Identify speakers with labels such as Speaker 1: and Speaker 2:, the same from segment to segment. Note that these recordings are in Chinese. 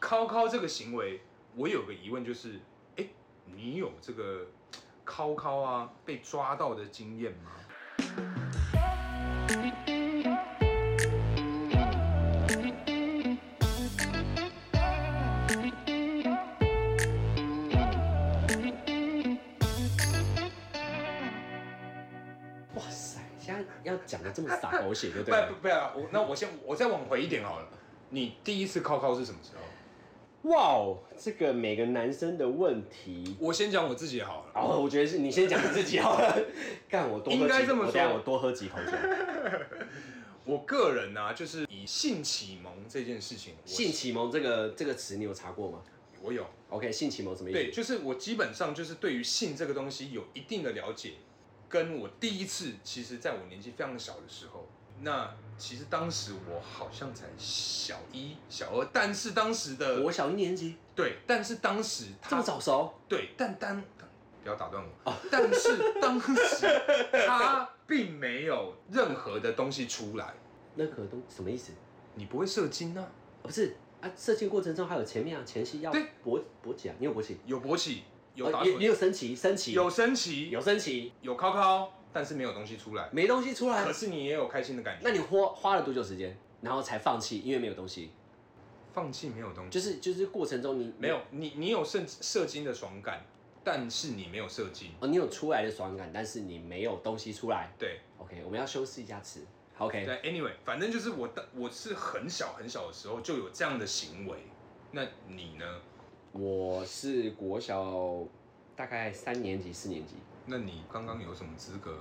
Speaker 1: 敲敲这个行为，我有个疑问就是，哎，你有这个敲敲啊被抓到的经验吗？
Speaker 2: 哇塞，现在要讲的这么洒狗血，对 不
Speaker 1: 不
Speaker 2: 对
Speaker 1: 不？不要，我那我先我再往回一点好了。你第一次敲敲是什么时候？
Speaker 2: 哇哦，这个每个男生的问题。
Speaker 1: 我先讲我自己好了。
Speaker 2: 哦，我觉得是你先讲你自己好了。干，我多喝几，
Speaker 1: 应该这么
Speaker 2: 我等下
Speaker 1: 说
Speaker 2: 我多喝几口酒。
Speaker 1: 我个人呢、啊，就是以性启蒙这件事情，我
Speaker 2: 性启蒙这个这个词，你有查过吗
Speaker 1: 我有
Speaker 2: ？OK，性启蒙什么意思？
Speaker 1: 对，就是我基本上就是对于性这个东西有一定的了解，跟我第一次，其实在我年纪非常小的时候，那其实当时我好像才小一、小二，但是当时的
Speaker 2: 我小一年级
Speaker 1: 对，但是当时他
Speaker 2: 这么早熟，
Speaker 1: 对，但当不要打断我，但是当时他并没有任何的东西出来，
Speaker 2: 那可都什么意思？
Speaker 1: 你不会射精啊，
Speaker 2: 哦不是啊，射精过程中还有前面啊，前戏要
Speaker 1: 对
Speaker 2: 勃勃起啊，你有勃起？
Speaker 1: 有勃起，有
Speaker 2: 哦
Speaker 1: 打
Speaker 2: 也也
Speaker 1: 水，
Speaker 2: 有升旗，升旗
Speaker 1: 有升旗，
Speaker 2: 有升旗，
Speaker 1: 有靠靠，但是没有东西出 来。
Speaker 2: 没东西出来
Speaker 1: 可。是你也有开心的感觉，
Speaker 2: 那你花花了多久时间，然后才放弃？因为没有东西，
Speaker 1: 放弃没有东西，
Speaker 2: 就是就是过程中你
Speaker 1: 没有你，你有射射精的爽感，但是你没有射精。
Speaker 2: 哦，你有出来的爽感，但是你没有东西出来。
Speaker 1: 对
Speaker 2: OK，我们要修饰一下词。OK，
Speaker 1: 对，anyway，反正就是我的，我是很小很小的时候就有这样的行为。那你呢？
Speaker 2: 我是国小大概三年级、四年级。
Speaker 1: 那你刚刚有什么资 格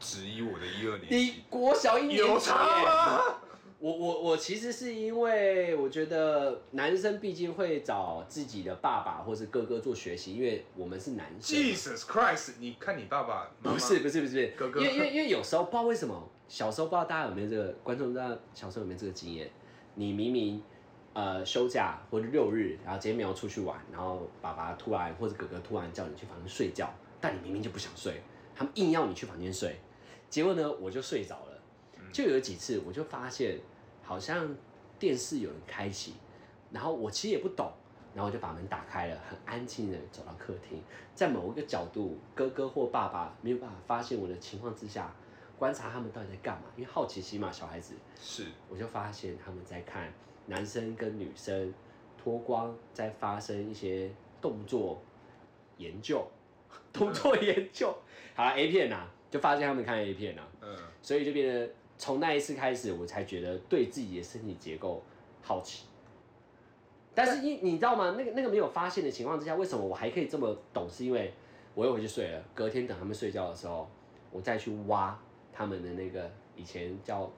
Speaker 1: 质疑我的一二年
Speaker 2: 你
Speaker 1: 级？
Speaker 2: 国小一年级耶
Speaker 1: 有差吗？
Speaker 2: 我我我其实是因为我觉得男生毕竟会找自己的爸爸或是哥哥做学习，因为我们是男生嘛。
Speaker 1: ？Jesus Christ！你看你爸爸妈妈
Speaker 2: 不是不是不是，
Speaker 1: 哥哥
Speaker 2: 因为因为因为有时候不知道为什么，小时候不知道大家有没有这个观众不知道小时候有没有这个经验，你明明呃休假或者六日，然后今天没有出去玩，然后爸爸突然或者哥哥突然叫你去房间睡觉，但你明明就不想睡，他们硬要你去房间睡，结果呢我就睡着了，就有几次我就发现好像电视有人开启，然后我其实也不懂，然后我就把门打开了，很安静的走到客厅，在某一个角度，哥哥或爸爸没有办法发现我的情况之下，观察他们到底在干嘛，因为好奇心嘛，小孩子，
Speaker 1: 是
Speaker 2: 我就发现他们在看男生跟女生脱光在发生一些动作研究， 动作研究，好啦 A 片呐、就发现他们看 A 片呐、
Speaker 1: 嗯，
Speaker 2: 所以就变得从那一次开始，我才觉得对自己的身体结构好奇。但是你你知道吗？那个那个没有发现的情况之下，为什么我还可以这么懂？是因为我又回去睡了，隔天等他们睡觉的时候，我再去挖他们的那个以前叫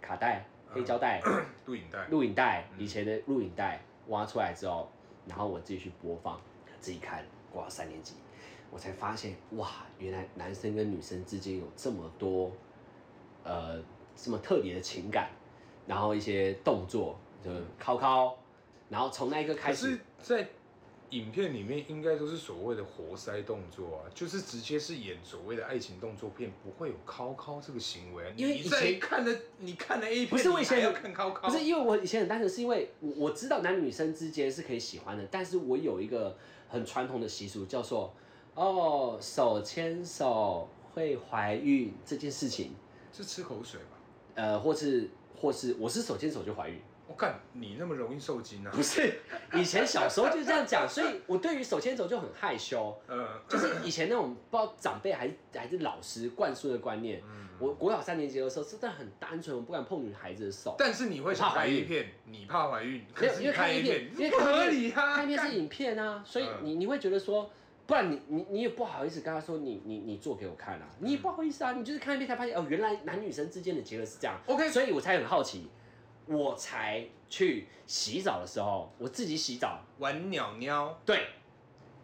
Speaker 2: 卡带、
Speaker 1: 嗯
Speaker 2: 黑胶带、
Speaker 1: 录影带。
Speaker 2: 录影带，
Speaker 1: 嗯
Speaker 2: 以前的录影带挖出来之后，然后我自己去播放，自己看，过到三年级，我才发现哇，原来男生跟女生之间有这么多，呃，这么特别的情感，然后一些动作，就是靠靠，然后从那一刻开
Speaker 1: 可
Speaker 2: 始
Speaker 1: 是，，在影片里面应该都是所谓的活塞动作啊，就是直接是演所谓的爱情动作片，不会有靠靠这个行为啊。
Speaker 2: 因为
Speaker 1: 你
Speaker 2: 以前
Speaker 1: 在看的，你看的 A 片，
Speaker 2: 不是我以前
Speaker 1: 你还要看靠靠，
Speaker 2: 不是因为我以前很单纯，是因为我我知道男女生之间是可以喜欢的，但是我有一个很传统的习俗，叫做哦手牵手会怀孕这件事情，
Speaker 1: 是吃口水吧？
Speaker 2: 呃，或是或是我是手牵手就怀孕，
Speaker 1: 我看你那么容易受惊啊
Speaker 2: 不！是以前小时候就这样讲，所以我对于手牵手就很害羞。
Speaker 1: 呃，
Speaker 2: 就是以前那种不知道长辈还是还是老师灌输的观念，
Speaker 1: 嗯
Speaker 2: 我国小三年级的时候真的很单纯，我不敢碰女孩子的手。
Speaker 1: 但是你会想
Speaker 2: 怕怀
Speaker 1: 看
Speaker 2: 孕
Speaker 1: A 片，你怕怀孕，
Speaker 2: 没
Speaker 1: 可
Speaker 2: 有，
Speaker 1: 是
Speaker 2: 因
Speaker 1: 你
Speaker 2: 为看
Speaker 1: 看 A
Speaker 2: 一遍
Speaker 1: 片，
Speaker 2: 因为
Speaker 1: 不
Speaker 2: 看
Speaker 1: 合
Speaker 2: 一遍
Speaker 1: 理啊！
Speaker 2: 看一遍是
Speaker 1: 干
Speaker 2: 影片啊，所以
Speaker 1: 嗯
Speaker 2: 你你会觉得说，不然你你你也不好意思跟他说你你你做给我看啊，你也不好意思啊，你就是看一遍才发现哦，原来男女生之间的结合是这样。
Speaker 1: OK
Speaker 2: 所以我才很好奇，我才去洗澡的时候，我自己洗澡，
Speaker 1: 玩鸟鸟，
Speaker 2: 对，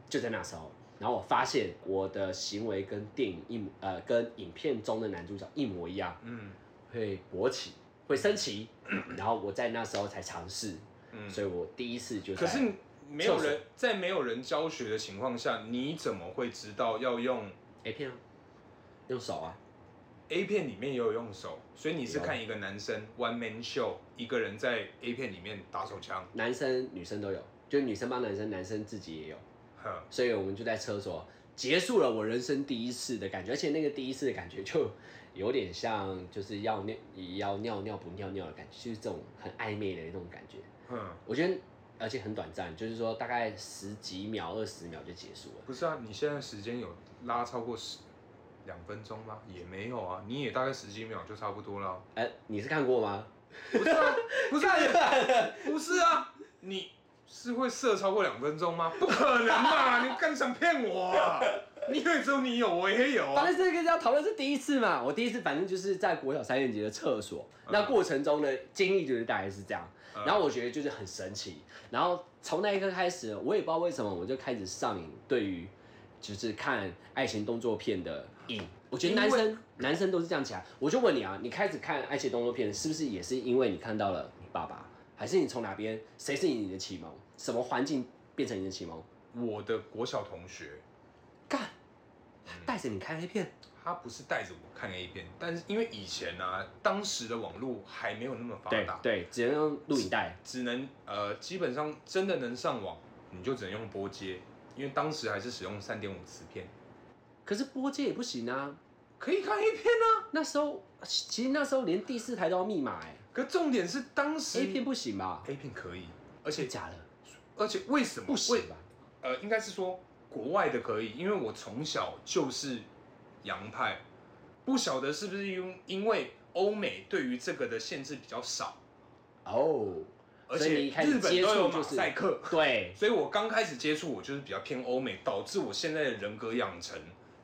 Speaker 2: 就在那时候，然后我发现我的行为跟电影一模呃跟影片中的男主角一模一样，
Speaker 1: 嗯
Speaker 2: 会勃起，会升旗，然后我在那时候才尝试。
Speaker 1: 嗯。
Speaker 2: 所以我第一次就在
Speaker 1: 可是没有
Speaker 2: 厕所
Speaker 1: 人在没有人教学的情况下，你怎么会知道要用
Speaker 2: A 片啊，用手啊，
Speaker 1: A 片里面也有用手，所以你是
Speaker 2: 有
Speaker 1: 看一个男生 one man show，一个人在 A 片里面打手枪，
Speaker 2: 男生女生都有，就女生帮男生，男生自己也有。
Speaker 1: 哼，
Speaker 2: 所以我们就在厕所结束了我人生第一次的感觉，而且那个第一次的感觉就有点像就是要尿要尿尿不尿尿的感觉，就是这种很暧昧的那种感觉。
Speaker 1: 哼，
Speaker 2: 我觉得而且很短暂，就是说大概十几秒、二十秒就结束了。
Speaker 1: 不是啊，你现在时间有拉超过十两分钟吗？也没有啊，你也大概十几秒就差不多了。啊
Speaker 2: 哎、你是看过吗？
Speaker 1: 不是啊，不是啊，不是啊，你是会射超过两分钟吗？不可能嘛，你干想骗我啊？你以为只有你有，我也有
Speaker 2: 反
Speaker 1: 啊。
Speaker 2: 正这个要讨论是第一次嘛，我第一次反正就是在国小三年级的厕所，那过程中的经历就是大概是这样。
Speaker 1: 嗯
Speaker 2: 然后我觉得就是很神奇，然后从那一刻开始，我也不知道为什么，我就开始上瘾对于就是看爱情动作片的瘾。我觉得男
Speaker 1: 因
Speaker 2: 生男生都是这样起来。我就问你啊，你开始看爱情动作片是不是也是因为你看到了你爸爸，还是你从哪边谁是你的启蒙，什么环境变成你的启蒙？
Speaker 1: 我的国小同学，
Speaker 2: 干，
Speaker 1: 嗯
Speaker 2: 带着你看 A 片，
Speaker 1: 他不是带着我看 A 片，但是因为以前啊，当时的网络还没有那么发
Speaker 2: 对
Speaker 1: 达，
Speaker 2: 对，只能用录影带。
Speaker 1: 只能呃，基本上真的能上网，你就只能用拨接，因为当时还是使用三点五磁片，
Speaker 2: 可是播接也不行啊，
Speaker 1: 可以看 A 片啊。
Speaker 2: 那时候其实那时候连第四台都要密码哎、
Speaker 1: 可重点是当时
Speaker 2: a 片不行吧？
Speaker 1: A 片可以，而
Speaker 2: 真
Speaker 1: 且
Speaker 2: 的假的？
Speaker 1: 而且为什么
Speaker 2: 不
Speaker 1: 为
Speaker 2: 行吧？
Speaker 1: 呃，应该是说国外的可以，因为我从小就是洋派，不晓得是不是因因为欧美对于这个的限制比较少，
Speaker 2: 哦，
Speaker 1: 而
Speaker 2: 所以
Speaker 1: 且
Speaker 2: 你一开始
Speaker 1: 日本
Speaker 2: 接
Speaker 1: 都有马
Speaker 2: 触就是
Speaker 1: 赛克，
Speaker 2: 对，
Speaker 1: 所以我刚开始接触我就是比较偏欧美，导致我现在的人格养成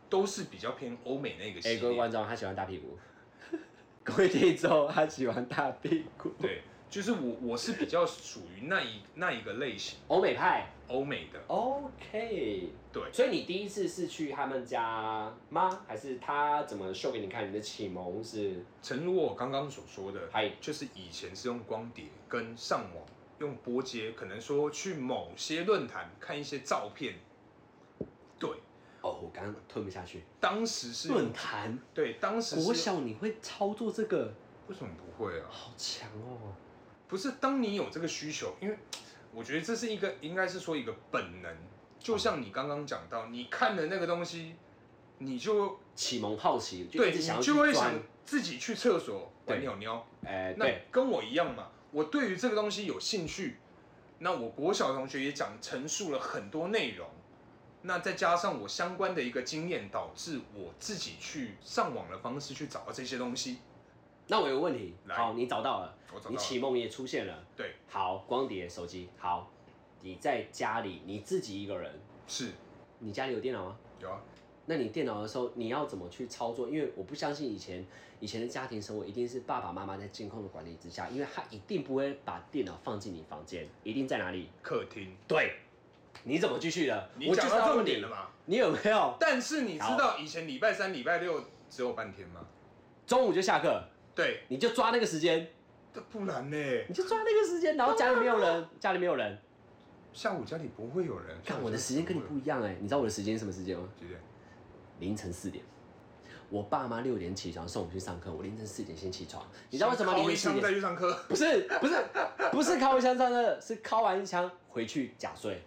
Speaker 1: 都是比较偏欧美那个
Speaker 2: 哎、
Speaker 1: 系
Speaker 2: 各位
Speaker 1: 列。
Speaker 2: 观众，他喜欢大屁股， 各位听众，他喜欢大屁股，，
Speaker 1: 对，就是我我是比较属于那一那一个类型
Speaker 2: 欧美派
Speaker 1: 欧美的，
Speaker 2: ，OK，
Speaker 1: 对
Speaker 2: 所以你第一次是去他们家吗？还是他怎么秀给你看？你的启蒙是
Speaker 1: 诚如我刚刚所说的，
Speaker 2: 嗨
Speaker 1: 就是以前是用光碟跟上网用拨接，可能说去某些论坛看一些照片。对，
Speaker 2: 哦，我刚刚吞不下去。
Speaker 1: 当时是
Speaker 2: 论坛，
Speaker 1: 对，当时是
Speaker 2: 国小你会操作这个，
Speaker 1: 为什么不会啊？
Speaker 2: 好强哦！
Speaker 1: 不是，当你有这个需求，因为我觉得这是一个应该是说一个本能，就像你刚刚讲到，你看的那个东西，你就
Speaker 2: 启蒙好奇，就一
Speaker 1: 对
Speaker 2: 直
Speaker 1: 你
Speaker 2: 想要
Speaker 1: 就会
Speaker 2: 去
Speaker 1: 想
Speaker 2: 钻，
Speaker 1: 自己去厕所玩
Speaker 2: 对
Speaker 1: 鸟鸟，
Speaker 2: 哎、
Speaker 1: 那
Speaker 2: 对，
Speaker 1: 跟我一样嘛，我对于这个东西有兴趣。那我国小同学也讲陈述了很多内容，那再加上我相关的一个经验，导致我自己去上网的方式去找到这些东西。
Speaker 2: 那我有个问题，
Speaker 1: 来
Speaker 2: 好，你找到了，
Speaker 1: 我找
Speaker 2: 你
Speaker 1: 到
Speaker 2: 启
Speaker 1: 了，
Speaker 2: 蒙也出现了，
Speaker 1: 对，
Speaker 2: 好，光碟、手机，好，你在家里你自己一个人，
Speaker 1: 是
Speaker 2: 你家里有电脑吗？
Speaker 1: 有啊，
Speaker 2: 那你电脑的时候，你要怎么去操作？因为我不相信以前以前的家庭生活一定是爸爸妈妈在监控的管理之下，因为他一定不会把电脑放进你房间，一定在哪里？
Speaker 1: 客厅。
Speaker 2: 对，你怎么继续的？
Speaker 1: 你
Speaker 2: 我就
Speaker 1: 讲
Speaker 2: 是要
Speaker 1: 到
Speaker 2: 问
Speaker 1: 重
Speaker 2: 你
Speaker 1: 点了？嘛？
Speaker 2: 你有没有
Speaker 1: 但是你知道以前礼拜三、礼拜六只有半天吗？
Speaker 2: 中午就下课，
Speaker 1: 对，
Speaker 2: 你就抓那个时间，
Speaker 1: 这不然呢？
Speaker 2: 你就抓那个时间，然后家里没有人，家里没有人，
Speaker 1: 下午家里不会有人。
Speaker 2: 看我的时间跟你不一样哎、你知道我的时间是什么时间吗？
Speaker 1: 几点？
Speaker 2: 凌晨四点。我爸妈六点起床送我去上课，我凌晨四点先起床。你知道为什么凌
Speaker 1: 敲
Speaker 2: 晨
Speaker 1: 一
Speaker 2: 四
Speaker 1: 枪
Speaker 2: 点
Speaker 1: 再？去上课。
Speaker 2: 不是不是不是敲一枪上的，是敲完一枪回去假睡。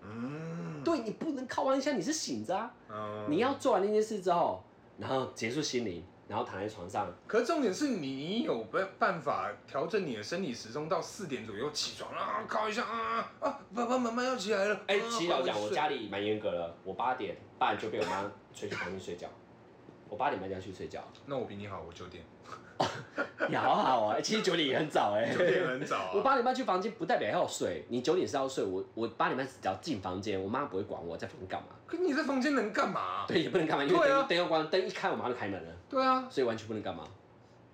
Speaker 1: 嗯，
Speaker 2: 对你不能敲完一枪，你是醒着啊。
Speaker 1: 嗯
Speaker 2: 你要做完那件事之后，然后结束心灵，然后躺在床上。
Speaker 1: 可是重点是你，你有办办法调整你的生理时钟到四点左右起床啊，靠一下啊啊，爸爸妈妈要起来了。
Speaker 2: 哎、
Speaker 1: 啊
Speaker 2: 其实老实讲，
Speaker 1: 快
Speaker 2: 我
Speaker 1: 睡
Speaker 2: 家里蛮严格的，我八点半就被我妈催去旁边睡觉。我八点半就要去睡觉，
Speaker 1: 那我比你好，我九点，
Speaker 2: 你好好啊、其实九点也很早哎、
Speaker 1: 九点很早
Speaker 2: 我
Speaker 1: 啊。
Speaker 2: 八点半去房间不代表要睡，你九点是要睡，我我八点半只要进房间，我妈不会管我在房间干嘛，
Speaker 1: 可你在房间能干嘛、
Speaker 2: 对，也不能干嘛，因为
Speaker 1: 对啊
Speaker 2: 灯灯要关，灯一开我妈就开门了，
Speaker 1: 对啊，
Speaker 2: 所以完全不能干嘛。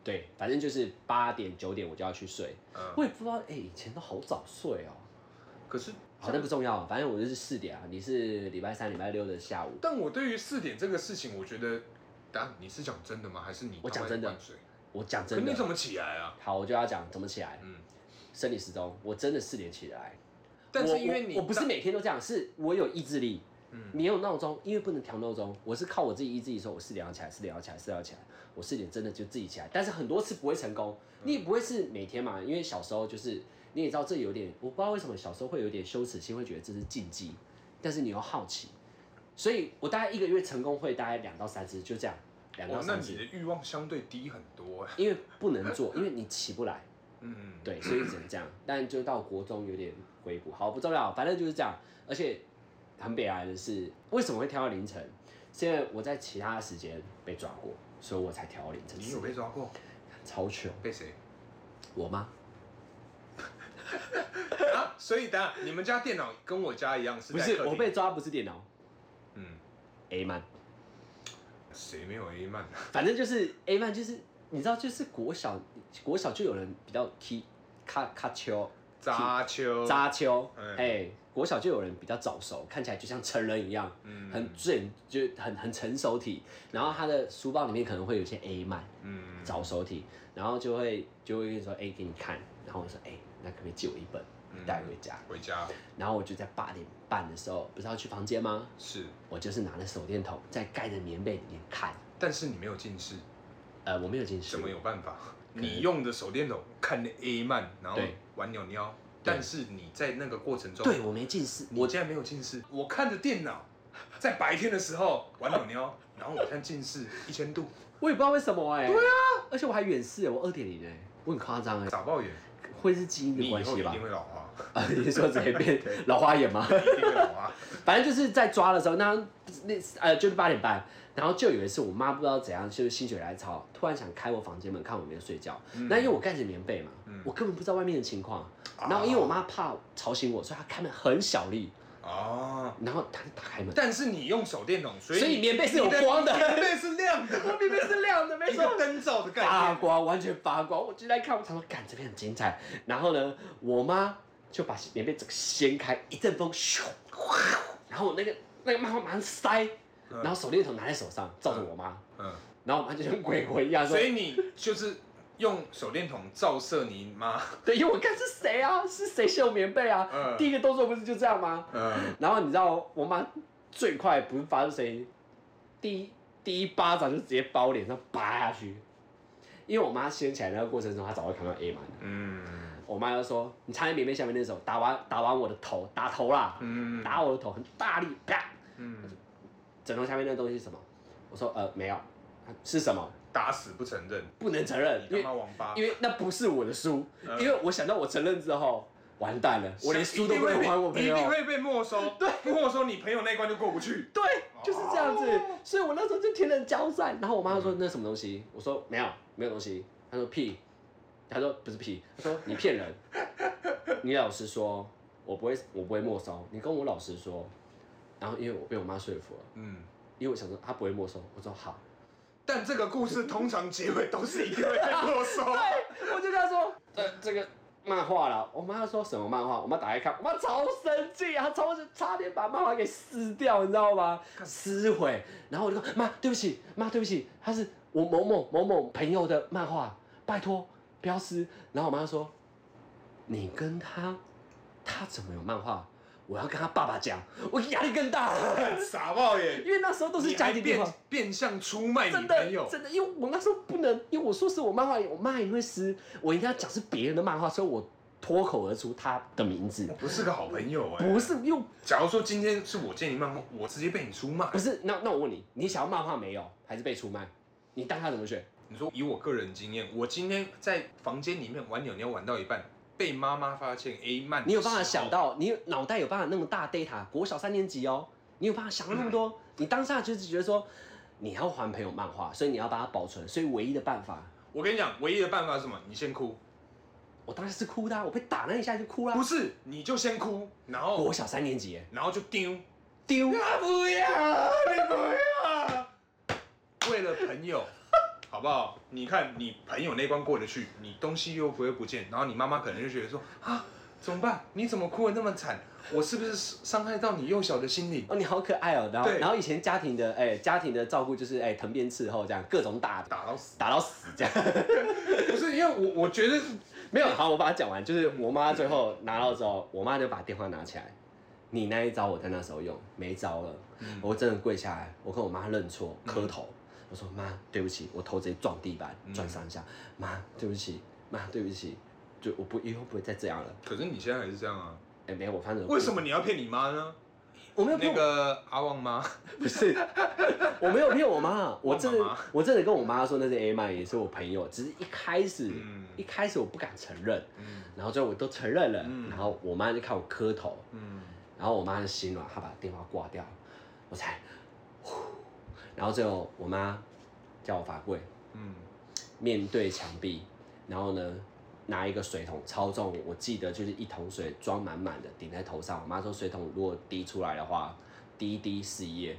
Speaker 2: 对，反正就是八点九点我就要去睡，
Speaker 1: 嗯，
Speaker 2: 我也不知道，哎、以前都好早睡哦。
Speaker 1: 可是，
Speaker 2: 好，那不重要，反正我就是四点啊，你是礼拜三、礼拜六的下午，
Speaker 1: 但我对于四点这个事情，我觉得，答你是讲真的吗？还是你
Speaker 2: 我讲
Speaker 1: 开玩
Speaker 2: 真的
Speaker 1: 灌水
Speaker 2: 我讲
Speaker 1: 可
Speaker 2: 真
Speaker 1: 你怎
Speaker 2: 的，
Speaker 1: 么起来啊？
Speaker 2: 好，我就要讲怎么起来，
Speaker 1: 嗯，
Speaker 2: 生理时钟，我真的四点起来，
Speaker 1: 但
Speaker 2: 我
Speaker 1: 是因为你
Speaker 2: 我我不是每天都这样，是我有意志力，
Speaker 1: 嗯
Speaker 2: 没有闹钟，因为不能调闹钟，我是靠我自己意志力说，我四点要起来，四点要起来，四点要起来，我四点真的就自己起来，但是很多次不会成功，你也不会是每天嘛，因为小时候就是你也知道这有点，我不知道为什么小时候会有点羞耻心，会觉得这是禁忌，但是你又好奇，所以我大概一个月成功会大概两到三次，就这样，两到
Speaker 1: 哇，哦那
Speaker 2: 三次
Speaker 1: 你，的欲望相对低很多哎。
Speaker 2: 因为不能做，因为你起不来。
Speaker 1: 嗯，
Speaker 2: 对，所以只能这样。但就到国中有点回补，好不重要，反正就是这样。而且很北来的是，为什么会挑到凌晨？是因为我在其他时间被抓过，所以我才挑到凌晨
Speaker 1: 你
Speaker 2: 四
Speaker 1: 有被
Speaker 2: 点。
Speaker 1: 抓过？
Speaker 2: 超糗，
Speaker 1: 被谁？
Speaker 2: 我吗？
Speaker 1: 啊，所以等下你们家电脑跟我家一样是
Speaker 2: 不
Speaker 1: 在
Speaker 2: 是，
Speaker 1: 客厅
Speaker 2: 我被抓不是电脑
Speaker 1: 嗯，
Speaker 2: ，A 曼，
Speaker 1: 谁没有 A 啊曼？
Speaker 2: 反正就是 A 曼，就是你知道，就是国小国小就有人比较 key 卡卡丘
Speaker 1: 扎秋，
Speaker 2: 扎丘，
Speaker 1: 嗯
Speaker 2: 哎、国小就有人比较早熟，看起来就像成人一样。
Speaker 1: 嗯
Speaker 2: 很准，就很很成熟体，然后他的书包里面可能会有一些 A 漫
Speaker 1: 嗯
Speaker 2: 早熟体，然后就会就会跟你说，哎、给你看，然后我说，哎、那可不可以借我一本
Speaker 1: 嗯
Speaker 2: 带回家？
Speaker 1: 回家
Speaker 2: 然后我就在八点半的时候，不是要去房间吗？
Speaker 1: 是，
Speaker 2: 我就是拿着手电筒在盖着棉被里面看，
Speaker 1: 但是你没有近视，
Speaker 2: 呃，我没有近视，
Speaker 1: 怎么有办法？
Speaker 2: 可能
Speaker 1: 你用的手电筒看的 A 漫，然后
Speaker 2: 对
Speaker 1: 玩鸟鸟，
Speaker 2: 对
Speaker 1: 但是你在那个过程中，
Speaker 2: 对我没近视，
Speaker 1: 我
Speaker 2: 我
Speaker 1: 竟然没有近视，我看着电脑，在白天的时候玩鸟鸟，然后我看近视一千度，
Speaker 2: 我也不知道为什么哎、对啊，而且我还远视，我二点零哎，我很夸张哎，
Speaker 1: 傻爆眼，
Speaker 2: 会是基因
Speaker 1: 你
Speaker 2: 的
Speaker 1: 以
Speaker 2: 关
Speaker 1: 后
Speaker 2: 系
Speaker 1: 一
Speaker 2: 吧
Speaker 1: 定？会老化，
Speaker 2: 啊， 你说直接变老花眼吗？
Speaker 1: 一定会老啊化。
Speaker 2: 反正就是在抓的时候，那那呃就是八点半，然后就有一次我妈不知道怎样，就是心血来潮，突然想开我房间门看我有没有睡觉。那因为我盖着棉被嘛，
Speaker 1: 嗯啊
Speaker 2: 我根本不知道外面的情况。然后因为我妈怕吵醒我，所以她开门很小力，
Speaker 1: 哦，
Speaker 2: 然后她就打开门，
Speaker 1: 但是你用手电筒，所以
Speaker 2: 所以棉被是有光的
Speaker 1: 你棉被是亮的，
Speaker 2: 明明是亮的，
Speaker 1: 一个灯罩的概
Speaker 2: 发
Speaker 1: 念。
Speaker 2: 光，完全发光。我就在看，我想说，干这边很精彩。然后呢，我妈就把棉被整个掀开，一阵风咻，然后我那个那个漫画马上塞，
Speaker 1: 嗯
Speaker 2: 然后手电筒拿在手上，照着我妈。
Speaker 1: 嗯，
Speaker 2: 然后我妈就像鬼魂一样说
Speaker 1: 所：“以你就是用手电筒照射你 妈。
Speaker 2: 对，因为我看是谁啊？是谁秀棉被啊？
Speaker 1: 嗯
Speaker 2: 第一个动作不是就这样吗？”
Speaker 1: 嗯，
Speaker 2: 然后你知道我妈最快不是发生谁，第一第一巴掌就直接把我脸上扒下去，因为我妈掀起来那个过程中，她早就看到 A 嘛。
Speaker 1: 嗯
Speaker 2: 我妈就说：“你插在棉被下面那手，打完打完我的头，打头啦，
Speaker 1: 嗯
Speaker 2: 打我的头，很大力，啪！
Speaker 1: 嗯，
Speaker 2: 枕头下面那东西是什么？”我说：“呃，没有，是什么？
Speaker 1: 打死不承认，
Speaker 2: 不能承认，因
Speaker 1: 你
Speaker 2: 为
Speaker 1: 他妈王八
Speaker 2: 因！为那不是我的书，
Speaker 1: 嗯
Speaker 2: 因为我想到我承认之后，完蛋了，我连书都不能还我朋友
Speaker 1: 一定。会被没收。
Speaker 2: 对，
Speaker 1: 没收你朋友那一关就过不去。
Speaker 2: 对，就是这样子，所以我那时候就天人交战。然后我妈说那什么东西，我说没有，没有东西。她说屁，她说不是屁，她说 你骗人。你老实说，我不会，我不会没收。你跟我老实说。然后因为我被我妈说服了，
Speaker 1: 嗯，
Speaker 2: 因为我想说她不会没收，我说好。
Speaker 1: 但这个故事通常结尾都是一定会被没 收。
Speaker 2: 我就跟她说，呃，这个漫画啦，我妈说什么漫画？我妈打开看，我妈超生气，啊她超差点把漫画给撕掉，你知道吗？撕毁。然后我就说妈，对不起，妈，对不起，她是我某某某某朋友的漫画，拜托不要撕。然后我妈说，你跟他，他怎么有漫画？我要跟他爸爸讲，我压力更大 了，
Speaker 1: 傻爆耶！
Speaker 2: 因为那时候都是
Speaker 1: 你
Speaker 2: 家
Speaker 1: 还
Speaker 2: 庭电
Speaker 1: 变
Speaker 2: 话。
Speaker 1: 变相出卖
Speaker 2: 真
Speaker 1: 你
Speaker 2: 的
Speaker 1: 朋友，
Speaker 2: 真的，因为我那时候不能，因为我说是我漫画，我漫画也会撕，我应该讲是别人的漫画，所以我脱口而出他的名字，
Speaker 1: 不是个好朋友哎。
Speaker 2: 不是又
Speaker 1: 假如说今天是我借你漫画，我直接被你出卖
Speaker 2: 不。是。那那我问你，你想要漫画没有，还是被出卖？你当他怎么选？
Speaker 1: 你说以我个人经验，我今天在房间里面玩扭扭玩到一半，被妈妈发现 A 漫，
Speaker 2: 你有办法想？到，你有脑袋有办法那么大 data，国小三年级哦，你有办法想到那么多？你当下就是觉得说，你要还朋友漫画，所以你要把它保存，所以唯一的办法，
Speaker 1: 我跟你讲，唯一的办法是什么？你先哭，
Speaker 2: 我当时是哭的啊、我被打那一下就哭啦
Speaker 1: 不。是哦你就先哭，然后
Speaker 2: 国小三年级耶，
Speaker 1: 然后就丢。
Speaker 2: 丢。
Speaker 1: 啊不要，你不要，为了朋友，好不好？你看你朋友那关过得去，你东西又不会不见，然后你妈妈可能就觉得说啊，怎么办？你怎么哭得那么惨？我是不是伤害到你幼小的心灵？
Speaker 2: 哦，你好可爱哦！然后，
Speaker 1: 对
Speaker 2: 然后以前家庭的，哎、家庭的照顾就是，哎、藤鞭伺候这样，各种打
Speaker 1: 打到死？
Speaker 2: 打到死这样。
Speaker 1: 不是，因为我我觉得
Speaker 2: 没有，好，我把它讲完。就是我妈最后拿到之后，我妈就把电话拿起来，你那一招我在那时候用没招了，
Speaker 1: 嗯
Speaker 2: 我真的跪下来，我跟我妈认错，磕头，我说妈，对不起，我头直接撞地板，
Speaker 1: 嗯
Speaker 2: 撞三下，妈，对不起，妈，对不起，就我不以后不会再这样了。
Speaker 1: 可是你现在还是这样啊？
Speaker 2: 哎、没有，我反正
Speaker 1: 为什么你要骗你妈呢？
Speaker 2: 我没有骗
Speaker 1: 那
Speaker 2: 我
Speaker 1: 个阿旺妈，
Speaker 2: 不是，我没有骗我妈，我真
Speaker 1: 我
Speaker 2: 的
Speaker 1: 妈妈
Speaker 2: 我真的跟我妈说那是 A 曼，也是我朋友，只是一开始、
Speaker 1: 嗯
Speaker 2: 一开始我不敢承认，
Speaker 1: 嗯
Speaker 2: 然后最后我都承认了，
Speaker 1: 嗯
Speaker 2: 然后我妈就看我磕头，
Speaker 1: 嗯，
Speaker 2: 然后我妈就心软，她把电话挂掉，我才，呼然后最后我妈叫我罚跪，
Speaker 1: 嗯
Speaker 2: 面对墙壁，然后呢拿一个水桶超重，我记得就是一桶水装满满的顶在头上，我妈说水桶如果滴出来的话，滴一滴是一夜。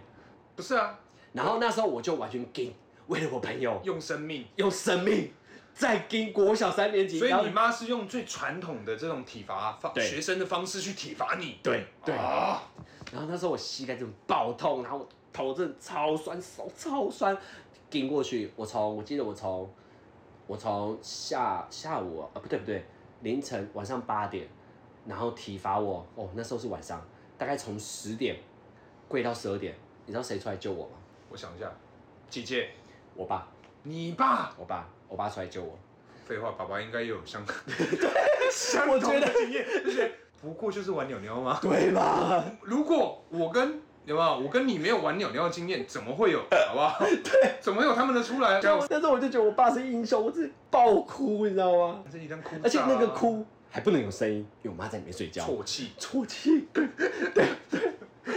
Speaker 1: 不是啊，
Speaker 2: 然后那时候我就完全跟，为了我朋友
Speaker 1: 用生命。
Speaker 2: 用生命在跟国小三年级，
Speaker 1: 所以
Speaker 2: 然后
Speaker 1: 你妈是用最传统的这种体罚方
Speaker 2: 对
Speaker 1: 学生的方式去体罚你。
Speaker 2: 对对
Speaker 1: 啊，
Speaker 2: 然后那时候我膝盖真的爆痛，然后我头真的超酸，手超酸，顶过去。我从我记得我从我从下下午啊不对不对，凌晨晚上八点，然后体罚我哦，那时候是晚上，大概从十点跪到十二点。你知道谁出来救我吗？
Speaker 1: 我想一下，姐姐，
Speaker 2: 我爸，
Speaker 1: 你爸
Speaker 2: 我爸，我爸出来救我。
Speaker 1: 废话，爸爸应该也有相相同的经验，就是不过就是玩鸟鸟吗？
Speaker 2: 对吧？
Speaker 1: 如果我跟有没有我跟你没有玩鸟鸟的经验，怎么会有？好不 好？对，怎么会有他们的出来？这
Speaker 2: 那时候啊我就觉得我爸是英雄，我自己爆哭，你知道吗？
Speaker 1: 一张哭，
Speaker 2: 而且那个哭还不能有声音，因为我妈在里面睡觉。
Speaker 1: 啜泣，
Speaker 2: 啜泣，对对，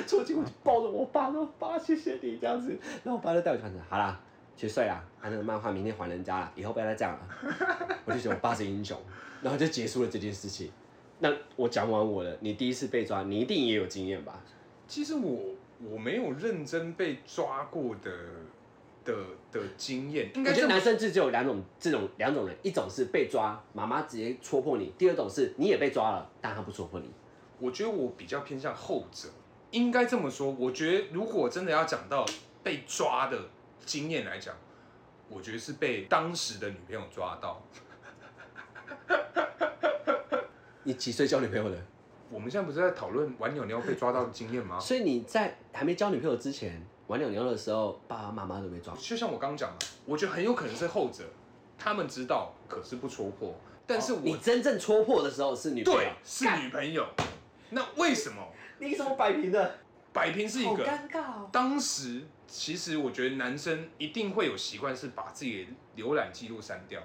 Speaker 2: 啜泣，我就抱着我爸说：“爸，谢谢你这样子。”然后我爸就带我去看诊，好啦，去睡啦，他那个漫画明天还人家啦，以后不要再这样了。我就觉得我爸是英雄，然后就结束了这件事情。那我讲完我了，你第一次被抓，你一定也有经验吧？
Speaker 1: 其实我我没有认真被抓过的的的经验，应
Speaker 2: 我
Speaker 1: 该这
Speaker 2: 觉得
Speaker 1: 么
Speaker 2: 男生制只有两种，这种两种人，一种是被抓，妈妈直接戳破你；第二种是你也被抓了，但他不戳破你。
Speaker 1: 我觉得我比较偏向后者，应该这么说。我觉得如果真的要讲到被抓的经验来讲，我觉得是被当时的女朋友抓到。
Speaker 2: 你几岁交女朋友的？
Speaker 1: 我们现在不是在讨论玩鸟鸟被抓到的经验 吗？
Speaker 2: 所以你在还没交女朋友之前玩扭扭的时候，爸爸妈妈都没抓。
Speaker 1: 就像我刚讲的，我觉得很有可能是后者，他们知道，可是不戳破。但是
Speaker 2: 哦你
Speaker 1: 我、
Speaker 2: 真正戳破的时候是女朋友，
Speaker 1: 对是女朋友，那为什么
Speaker 2: 你怎么摆平的？
Speaker 1: 摆平是一
Speaker 2: 好
Speaker 1: 个？
Speaker 2: 尴尬哦。
Speaker 1: 当时其实我觉得男生一定会有习惯是把自己的浏览记录删掉，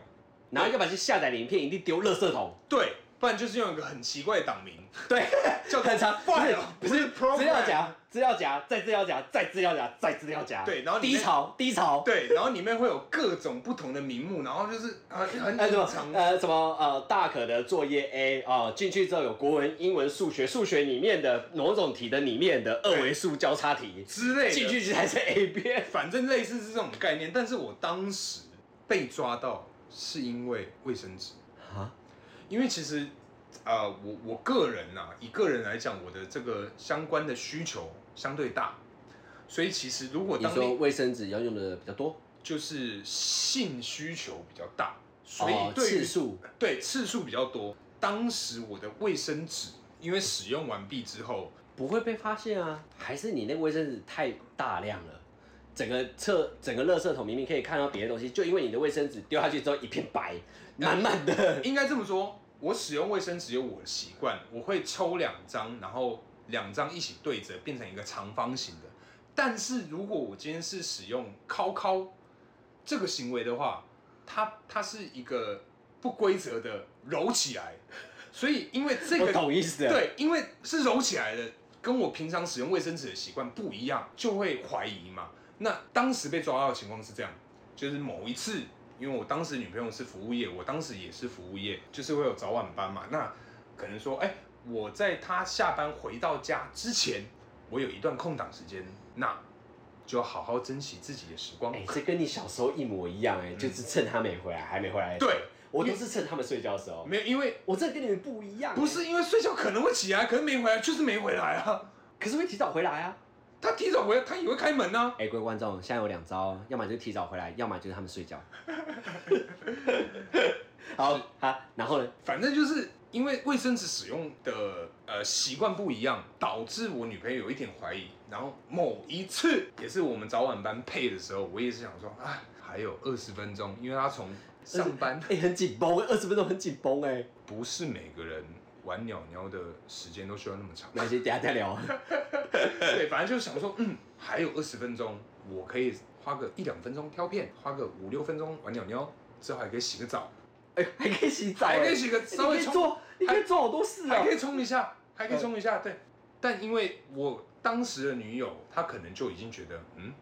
Speaker 2: 然后要把这下载的影片一定丢垃圾桶，
Speaker 1: 对，不然就是用一个很奇怪的党名，
Speaker 2: 对，
Speaker 1: 叫
Speaker 2: 很长，不是
Speaker 1: file，
Speaker 2: 不
Speaker 1: 哦不是
Speaker 2: 是
Speaker 1: program
Speaker 2: 资料夹，资料夹，再资料夹，再资料夹，再资料夹，
Speaker 1: 对然后里
Speaker 2: 低
Speaker 1: 面
Speaker 2: 潮，低潮，
Speaker 1: 对，然后里面会有各种不同的名目，然后就是很很
Speaker 2: 呃什
Speaker 1: 隐
Speaker 2: 么
Speaker 1: 藏，
Speaker 2: 呃什么呃大可的作业 A 哦、进去之后有国文、英文、数学，数学里面的某种题的里面的二维数交叉题，
Speaker 1: 之类
Speaker 2: 进
Speaker 1: 的，
Speaker 2: 去才是 A 片。
Speaker 1: 反正类似是这种概念。但是我当时被抓到是因为卫生纸，
Speaker 2: 啊，
Speaker 1: 因为其实呃，我我个人呐、啊以个人来讲，我的这个相关的需求相对大，所以其实如果
Speaker 2: 你
Speaker 1: 当
Speaker 2: 说
Speaker 1: 你
Speaker 2: 卫生纸要用的比较多，
Speaker 1: 就是性需求比较大，所以
Speaker 2: 哦
Speaker 1: 对于
Speaker 2: 次数
Speaker 1: 对，次数比较多。当时我的卫生纸因为使用完毕之后，
Speaker 2: 不会被发现啊？还是你那个卫生纸太大量了？整个厕整个垃圾桶明明可以看到别的东西，就因为你的卫生纸丢下去之后一片白，满满的。
Speaker 1: 应该这么说，我使用卫生纸有我的习惯，我会抽两张，然后两张一起对折，变成一个长方形的。但是如果我今天是使用敲敲这个行为的话，它它是一个不规则的揉起来，所以因为这
Speaker 2: 我
Speaker 1: 个
Speaker 2: 懂意思了。，
Speaker 1: 对，啊因为是揉起来的，跟我平常使用卫生纸的习惯不一样，就会怀疑嘛。那当时被抓到的情况是这样，就是某一次，因为我当时女朋友是服务业，我当时也是服务业，就是会有早晚班嘛。那可能说，哎、我在她下班回到家之前，我有一段空档时间，那就好好珍惜自己的时光。
Speaker 2: 哎、这跟你小时候一模一样哎、就是趁他没回来，还没回来。
Speaker 1: 对，
Speaker 2: 我都是趁他们睡觉的时候。
Speaker 1: 没有，因为
Speaker 2: 我这跟你们不一样、
Speaker 1: 不是，因为睡觉可能会起来，可是没回来，就是没回来啊。
Speaker 2: 可是会提早回来啊。
Speaker 1: 他提早回来，他也会开门呢、啊。
Speaker 2: 哎、各位观众，现在有两招，要么就提早回来，要么就是他 们睡觉。好，好，然后呢？
Speaker 1: 反正就是因为卫生纸使用的呃习惯不一样，导致我女朋友有一点怀疑。然后某一次也是我们早晚班配的时候，我也是想说啊，还有二十分钟，因为她从上班
Speaker 2: 哎、很紧绷，二十分钟很紧绷哎。
Speaker 1: 不是每个人玩鸟鸟的时间都需要那么长。
Speaker 2: 那先等一下再聊。
Speaker 1: 对，反正就想说，嗯，还有二十分钟，我可以花个一两分钟挑片，花个五六分钟玩鸟鸟，之后还可以洗个澡，
Speaker 2: 哎、还可以洗澡、
Speaker 1: 还可
Speaker 2: 哎
Speaker 1: 以洗个
Speaker 2: 你
Speaker 1: 稍
Speaker 2: 可
Speaker 1: 微
Speaker 2: 以
Speaker 1: 冲
Speaker 2: 做，你可以做好多事啊
Speaker 1: 还可。以冲一下，还可以冲一下，对。但因为我当时的女友，她可能就已经觉得，嗯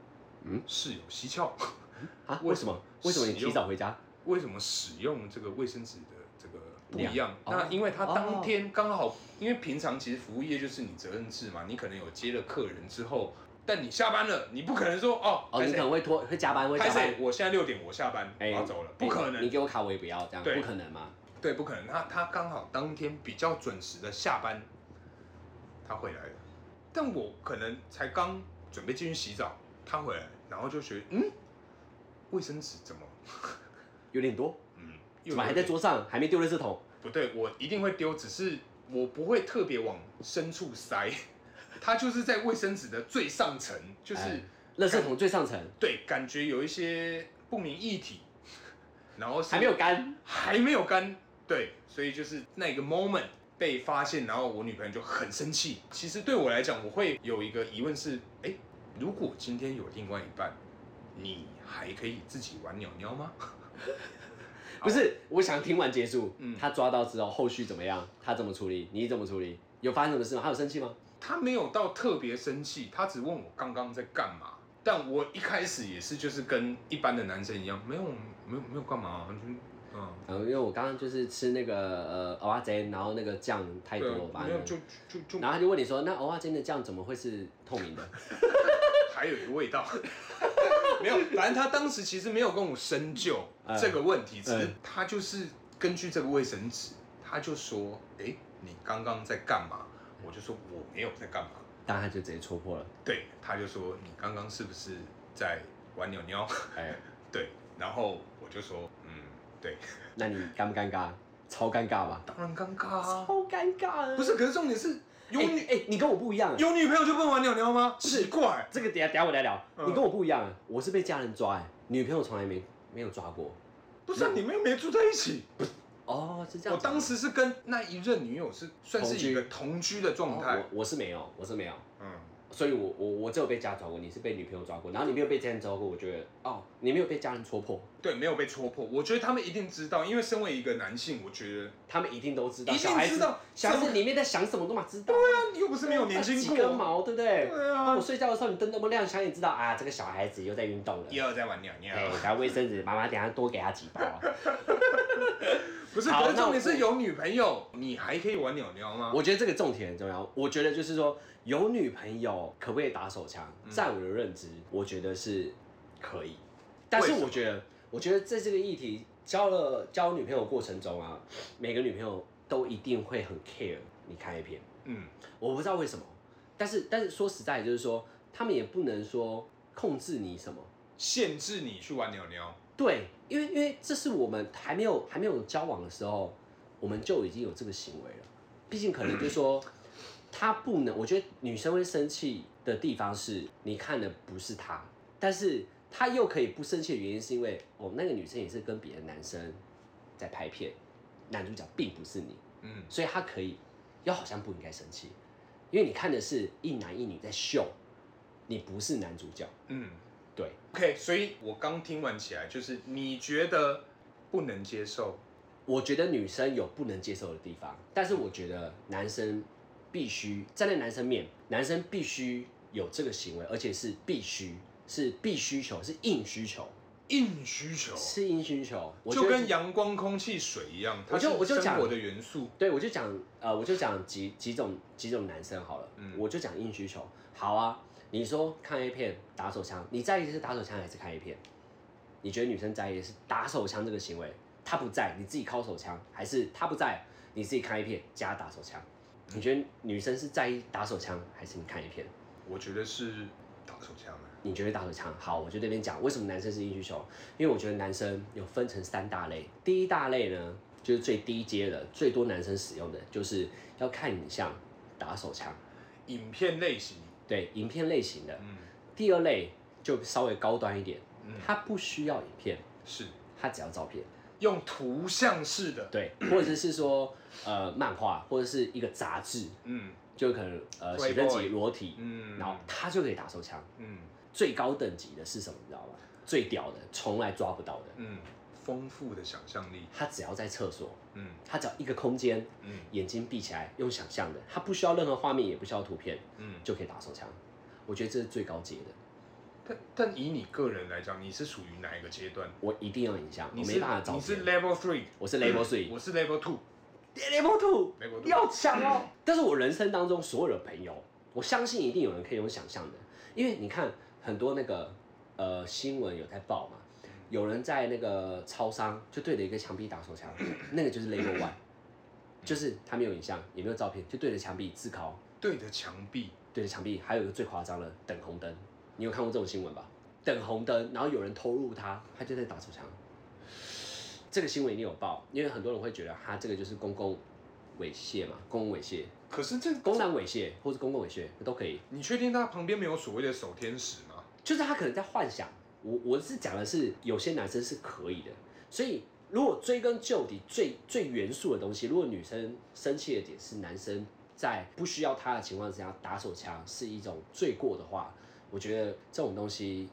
Speaker 2: 嗯
Speaker 1: 事有蹊跷，
Speaker 2: 啊？
Speaker 1: 为
Speaker 2: 为什么？为什么你
Speaker 1: 使用
Speaker 2: 提早回家？
Speaker 1: 为什么使用这个卫生纸的这个不一样
Speaker 2: 量？
Speaker 1: 那
Speaker 2: 哦
Speaker 1: 因为她当
Speaker 2: 哦
Speaker 1: 天刚好，因为平常其实服务业就是你责任制嘛，你可能有接了客人之后，但你下班了，你不可能说哦，
Speaker 2: 哦，
Speaker 1: 拍
Speaker 2: 你可
Speaker 1: 谁
Speaker 2: 能会拖，会加班，会
Speaker 1: 拍
Speaker 2: 加班
Speaker 1: 谁，。我现在六点我下班，我
Speaker 2: 哎
Speaker 1: 要走了，不可
Speaker 2: 你
Speaker 1: 能，
Speaker 2: 给我卡我也不要，这样
Speaker 1: 对
Speaker 2: 不可能嘛？
Speaker 1: 对，不可能。她她刚好当天比较准时的下班，她回来了，但我可能才刚准备进去洗澡，她回来，然后就觉得嗯，卫生纸怎么
Speaker 2: 有点多，
Speaker 1: 嗯，又
Speaker 2: 怎么还
Speaker 1: 有
Speaker 2: 在
Speaker 1: 点
Speaker 2: 桌上，还没丢垃圾桶？
Speaker 1: 不对，我一定会丢，只是我不会特别往深处塞，它就是在卫生纸的最上层，就是、
Speaker 2: 哎垃圾桶最上层
Speaker 1: 对，感觉有一些不明液体，然后是
Speaker 2: 还没有干，
Speaker 1: 还没有干，对，所以就是那个 moment 被发现，然后我女朋友就很生气。其实对我来讲，我会有一个疑问是，哎，如果今天有另外一半，你还可以自己玩鸟鸟吗？
Speaker 2: 不是？我想听完结束
Speaker 1: 嗯，
Speaker 2: 他抓到之后后续怎么样？他怎么处理？你怎么处理？有发生什么事吗？他有生气吗？
Speaker 1: 他没有到特别生气，他只问我刚刚在干嘛。但我一开始也是就是跟一般的男生一样，没有没有没有干嘛、就是嗯，
Speaker 2: 然啊后因为我刚刚就是吃那个呃蚵仔煎，然后那个酱太
Speaker 1: 对
Speaker 2: 多
Speaker 1: 啊
Speaker 2: 了吧
Speaker 1: 没？有就就就
Speaker 2: 然后他就问你说，那蚵仔煎的酱怎么会是透明的？
Speaker 1: 还有一个味 道，没有，反正他当时其实没有跟我深究
Speaker 2: 嗯
Speaker 1: 这个问题，只是
Speaker 2: 嗯
Speaker 1: 他就是根据这个卫生纸，他就说，哎、你刚刚在干嘛？我就说我没有在干嘛，
Speaker 2: 当然他就直接戳破了，
Speaker 1: 对，他就说你刚刚是不是在玩鸟鸟？
Speaker 2: 哎，
Speaker 1: 对，然后我就说，嗯，对。
Speaker 2: 那你尴不尴尬？超尴尬吧？
Speaker 1: 当然尴尬啊！
Speaker 2: 尴尬的
Speaker 1: 不是，可是重点是有
Speaker 2: 哎、
Speaker 1: 女、
Speaker 2: 哎你跟我不一样、
Speaker 1: 有女朋友就不能玩鸟鸟吗？
Speaker 2: 是
Speaker 1: 奇怪，
Speaker 2: 这个等一下等一下我来聊、
Speaker 1: 嗯
Speaker 2: 你跟我不一样、啊我是被家人抓、哎，女朋友从来没没有抓过。
Speaker 1: 不
Speaker 2: 嗯
Speaker 1: 是、啊、你们又没住在一起。
Speaker 2: 哦，是这
Speaker 1: 我
Speaker 2: 样子。
Speaker 1: 当时是跟那一任女友是算是
Speaker 2: 同居
Speaker 1: 一个同居的状态
Speaker 2: 哦，我我是没有，我是没有，
Speaker 1: 嗯，
Speaker 2: 所以我我我只有被家抓过，你是被女朋友抓过，然后你没有被家人抓过，我觉得哦，你没有被家人戳破，
Speaker 1: 对，没有被戳破。我觉得他们一定知道，因为身为一个男性，我觉得
Speaker 2: 他们一定都知道，
Speaker 1: 一定
Speaker 2: 小孩
Speaker 1: 知
Speaker 2: 子
Speaker 1: 道
Speaker 2: 小孩
Speaker 1: 怎
Speaker 2: 子
Speaker 1: 么
Speaker 2: 里面在想什么都嘛知道，
Speaker 1: 那你又不是没有啊年
Speaker 2: 几
Speaker 1: 轻
Speaker 2: 根
Speaker 1: 过，
Speaker 2: 毛，对不对？
Speaker 1: 对啊
Speaker 2: 我，睡觉的时候你灯那么亮，想也知道啊，这个小孩子又在运动了。
Speaker 1: 又在玩鸟鸟
Speaker 2: 哎，然后卫生纸，妈妈等一下多给他几包。啊
Speaker 1: 不是，
Speaker 2: 好
Speaker 1: 可是
Speaker 2: 那
Speaker 1: 重
Speaker 2: 我
Speaker 1: 点是有女朋友，你还可以玩鸟鸟吗？
Speaker 2: 我觉得这个重点很重要。我觉得就是说，有女朋友可不可以打手枪？
Speaker 1: 嗯
Speaker 2: 在我的认知，我觉得是可以。但是
Speaker 1: 为什么
Speaker 2: 我觉得，我觉得在这个议题交了交女朋友过程中啊，每个女朋友都一定会很 care 你看 A 片。
Speaker 1: 嗯，
Speaker 2: 我不知道为什么，但是但是说实在，就是说他们也不能说控制你什么。
Speaker 1: 限制你去玩鸟鸟，
Speaker 2: 对，因为因为这是我们还没有还没有交往的时候，我们就已经有这个行为了。毕竟可能就是说，他不能，我觉得女生会生气的地方是你看的不是他，但是他又可以不生气的原因是因为哦，那个女生也是跟别的男生在拍片，男主角并不是你，
Speaker 1: 嗯，
Speaker 2: 所以他可以，又好像不应该生气，因为你看的是一男一女在秀，你不是男主角，
Speaker 1: 嗯
Speaker 2: 对，
Speaker 1: ，OK，所以我刚听完起来就是你觉得不能接受，
Speaker 2: 我觉得女生有不能接受的地方，但是我觉得男生必须站在男生面，男生必须有这个行为，而且是必须，是必需求，是硬需求，
Speaker 1: 硬需求，
Speaker 2: 是硬需求。我觉
Speaker 1: 就
Speaker 2: 得
Speaker 1: 跟
Speaker 2: 是
Speaker 1: 阳光、空气、水一样，它
Speaker 2: 我就是我就
Speaker 1: 生
Speaker 2: 讲
Speaker 1: 活的元素。
Speaker 2: 对，我就讲呃，我就讲几几种几种男生好了，
Speaker 1: 嗯
Speaker 2: 我就讲硬需求。好啊，你说看 A 片、打手枪，你在意的是打手枪还是看 A 片？你觉得女生在意的是打手枪这个行为，她不在，你自己敲手枪，还是她不在，你自己看 A 片加打手枪？你觉得女生是在意打手枪还是你看 A 片？
Speaker 1: 我觉得是打手枪啊
Speaker 2: 你觉得打手枪好，我就这边讲为什么男生是硬需求，因为我觉得男生有分成三大类。第一大类呢，就是最低阶的、最多男生使用的，就是要看影像打手枪，
Speaker 1: 影片类型，
Speaker 2: 对，影片类型的。
Speaker 1: 嗯
Speaker 2: 第二类就稍微高端一点，
Speaker 1: 嗯，
Speaker 2: 它不需要影片，
Speaker 1: 是
Speaker 2: 它只要照片，
Speaker 1: 用图像式的，
Speaker 2: 对，或者是说呃漫画或者是一个杂志，
Speaker 1: 嗯
Speaker 2: 就可能呃
Speaker 1: Playboy
Speaker 2: 写真集裸体，
Speaker 1: 嗯，
Speaker 2: 然后它就可以打手枪。
Speaker 1: 嗯
Speaker 2: 最高等级的是什么？你知道吗？最屌的，从来抓不到的，
Speaker 1: 嗯，丰富的想象力，
Speaker 2: 它只要在厕所，
Speaker 1: 嗯
Speaker 2: 它只要一个空间，
Speaker 1: 嗯
Speaker 2: 眼睛闭起来，用想象的，它不需要任何画面，也不需要图片，
Speaker 1: 嗯，
Speaker 2: 就可以打手枪。我觉得这是最高阶的，
Speaker 1: 但但以你个人来讲，你是属于哪一个阶段？
Speaker 2: 我一定要影像，我
Speaker 1: 你
Speaker 2: 没
Speaker 1: 是
Speaker 2: 办法找
Speaker 1: 你是
Speaker 2: 别人。
Speaker 1: Level Three，
Speaker 2: 我是 Level Three，
Speaker 1: 我是 Level Two，Level
Speaker 2: Level Two，
Speaker 1: Two，
Speaker 2: 要抢哦！但是我人生当中所有的朋友，我相信一定有人可以用想象的，因为你看很多那个呃新闻有在报嘛，有人在那个超商就对着一个墙壁打手枪，那个就是 Level One，就是他没有影像，也没有照片，就对着墙壁自烤，
Speaker 1: 对着墙壁，
Speaker 2: 对着墙壁。还有一个最夸张的，等红灯，你有看过这种新闻吧？等红灯，然后有人偷入他，他就在打手枪。这个新闻一定有报，因为很多人会觉得他这个就是公共猥亵嘛，公共猥亵。
Speaker 1: 可是这
Speaker 2: 公然猥亵或是公共猥亵都可以，
Speaker 1: 你确定他旁边没有所谓的守天使吗？
Speaker 2: 就是他可能在幻想。我我是讲的是有些男生是可以的，所以如果追根究底最最元素的东西，如果女生生气的点是男生在不需要他的情况之下打手枪是一种罪过的话，我觉得这种东西，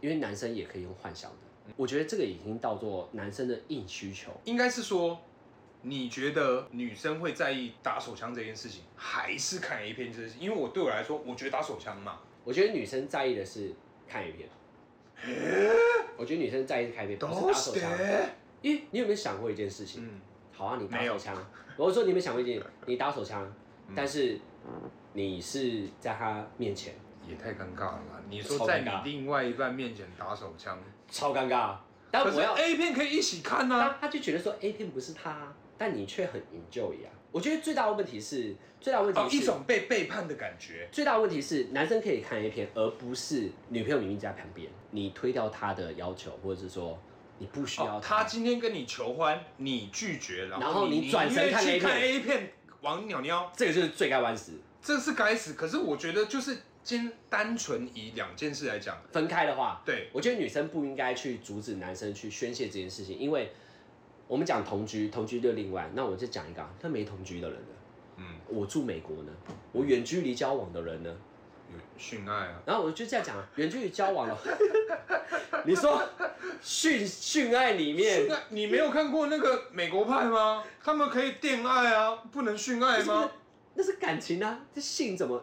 Speaker 2: 因为男生也可以用幻想的，我觉得这个已经到做男生的硬需求。
Speaker 1: 应该是说，你觉得女生会在意打手枪这件事情，还是看 A 片这件事情？因为我对我来说，我觉得打手枪嘛，
Speaker 2: 我觉得女生在意的是看影片，我觉得女生在意是看影片，不是打手枪。因为你有没有想过一件事情？
Speaker 1: 嗯，
Speaker 2: 好啊，你打
Speaker 1: 没有
Speaker 2: 手枪。我说你们想过一件，你打手枪
Speaker 1: 嗯，
Speaker 2: 但是你是在他面前，
Speaker 1: 也太尴尬了吧。你说
Speaker 2: 超
Speaker 1: 在
Speaker 2: 尴
Speaker 1: 你
Speaker 2: 尬
Speaker 1: 另外一半面前打手枪，
Speaker 2: 超尴尬。但
Speaker 1: 可是哎
Speaker 2: 我要，
Speaker 1: A 片可以一起看啊呐、
Speaker 2: 但他就觉得说 A 片不是他啊，但你却很 enjoy 啊。我觉得最大的问题是，最大的问
Speaker 1: 哦，
Speaker 2: 题
Speaker 1: 一
Speaker 2: 是，
Speaker 1: 种被背叛的感觉。
Speaker 2: 最大的问题是，男生可以看 A 片，而不是女朋友明明在旁边，你推掉他的要求，或者是说你不需要
Speaker 1: 哦，他今天跟你求欢，你拒绝，然
Speaker 2: 然后
Speaker 1: 你
Speaker 2: 你转身
Speaker 1: 宁愿
Speaker 2: 看
Speaker 1: 去
Speaker 2: A 片
Speaker 1: 看 A 片，王鸟鸟，
Speaker 2: 这个就是罪该万死。
Speaker 1: 这是该死。可是我觉得就是。今单纯以两件事来讲，
Speaker 2: 分开的话，
Speaker 1: 对，
Speaker 2: 我觉得女生不应该去阻止男生去宣泄这件事情，因为我们讲同居，同居就另外，那我就讲一个啊，那没同居的人呢？
Speaker 1: 嗯，
Speaker 2: 我住美国呢，我远距离交往的人呢？
Speaker 1: 有性爱啊，
Speaker 2: 然后我就这样讲啊，远距离交往了， 你说训训爱里面
Speaker 1: 那你没有看过那个美国派吗？他们可以恋爱啊，不能训爱吗？
Speaker 2: 那是感情啊，这性怎么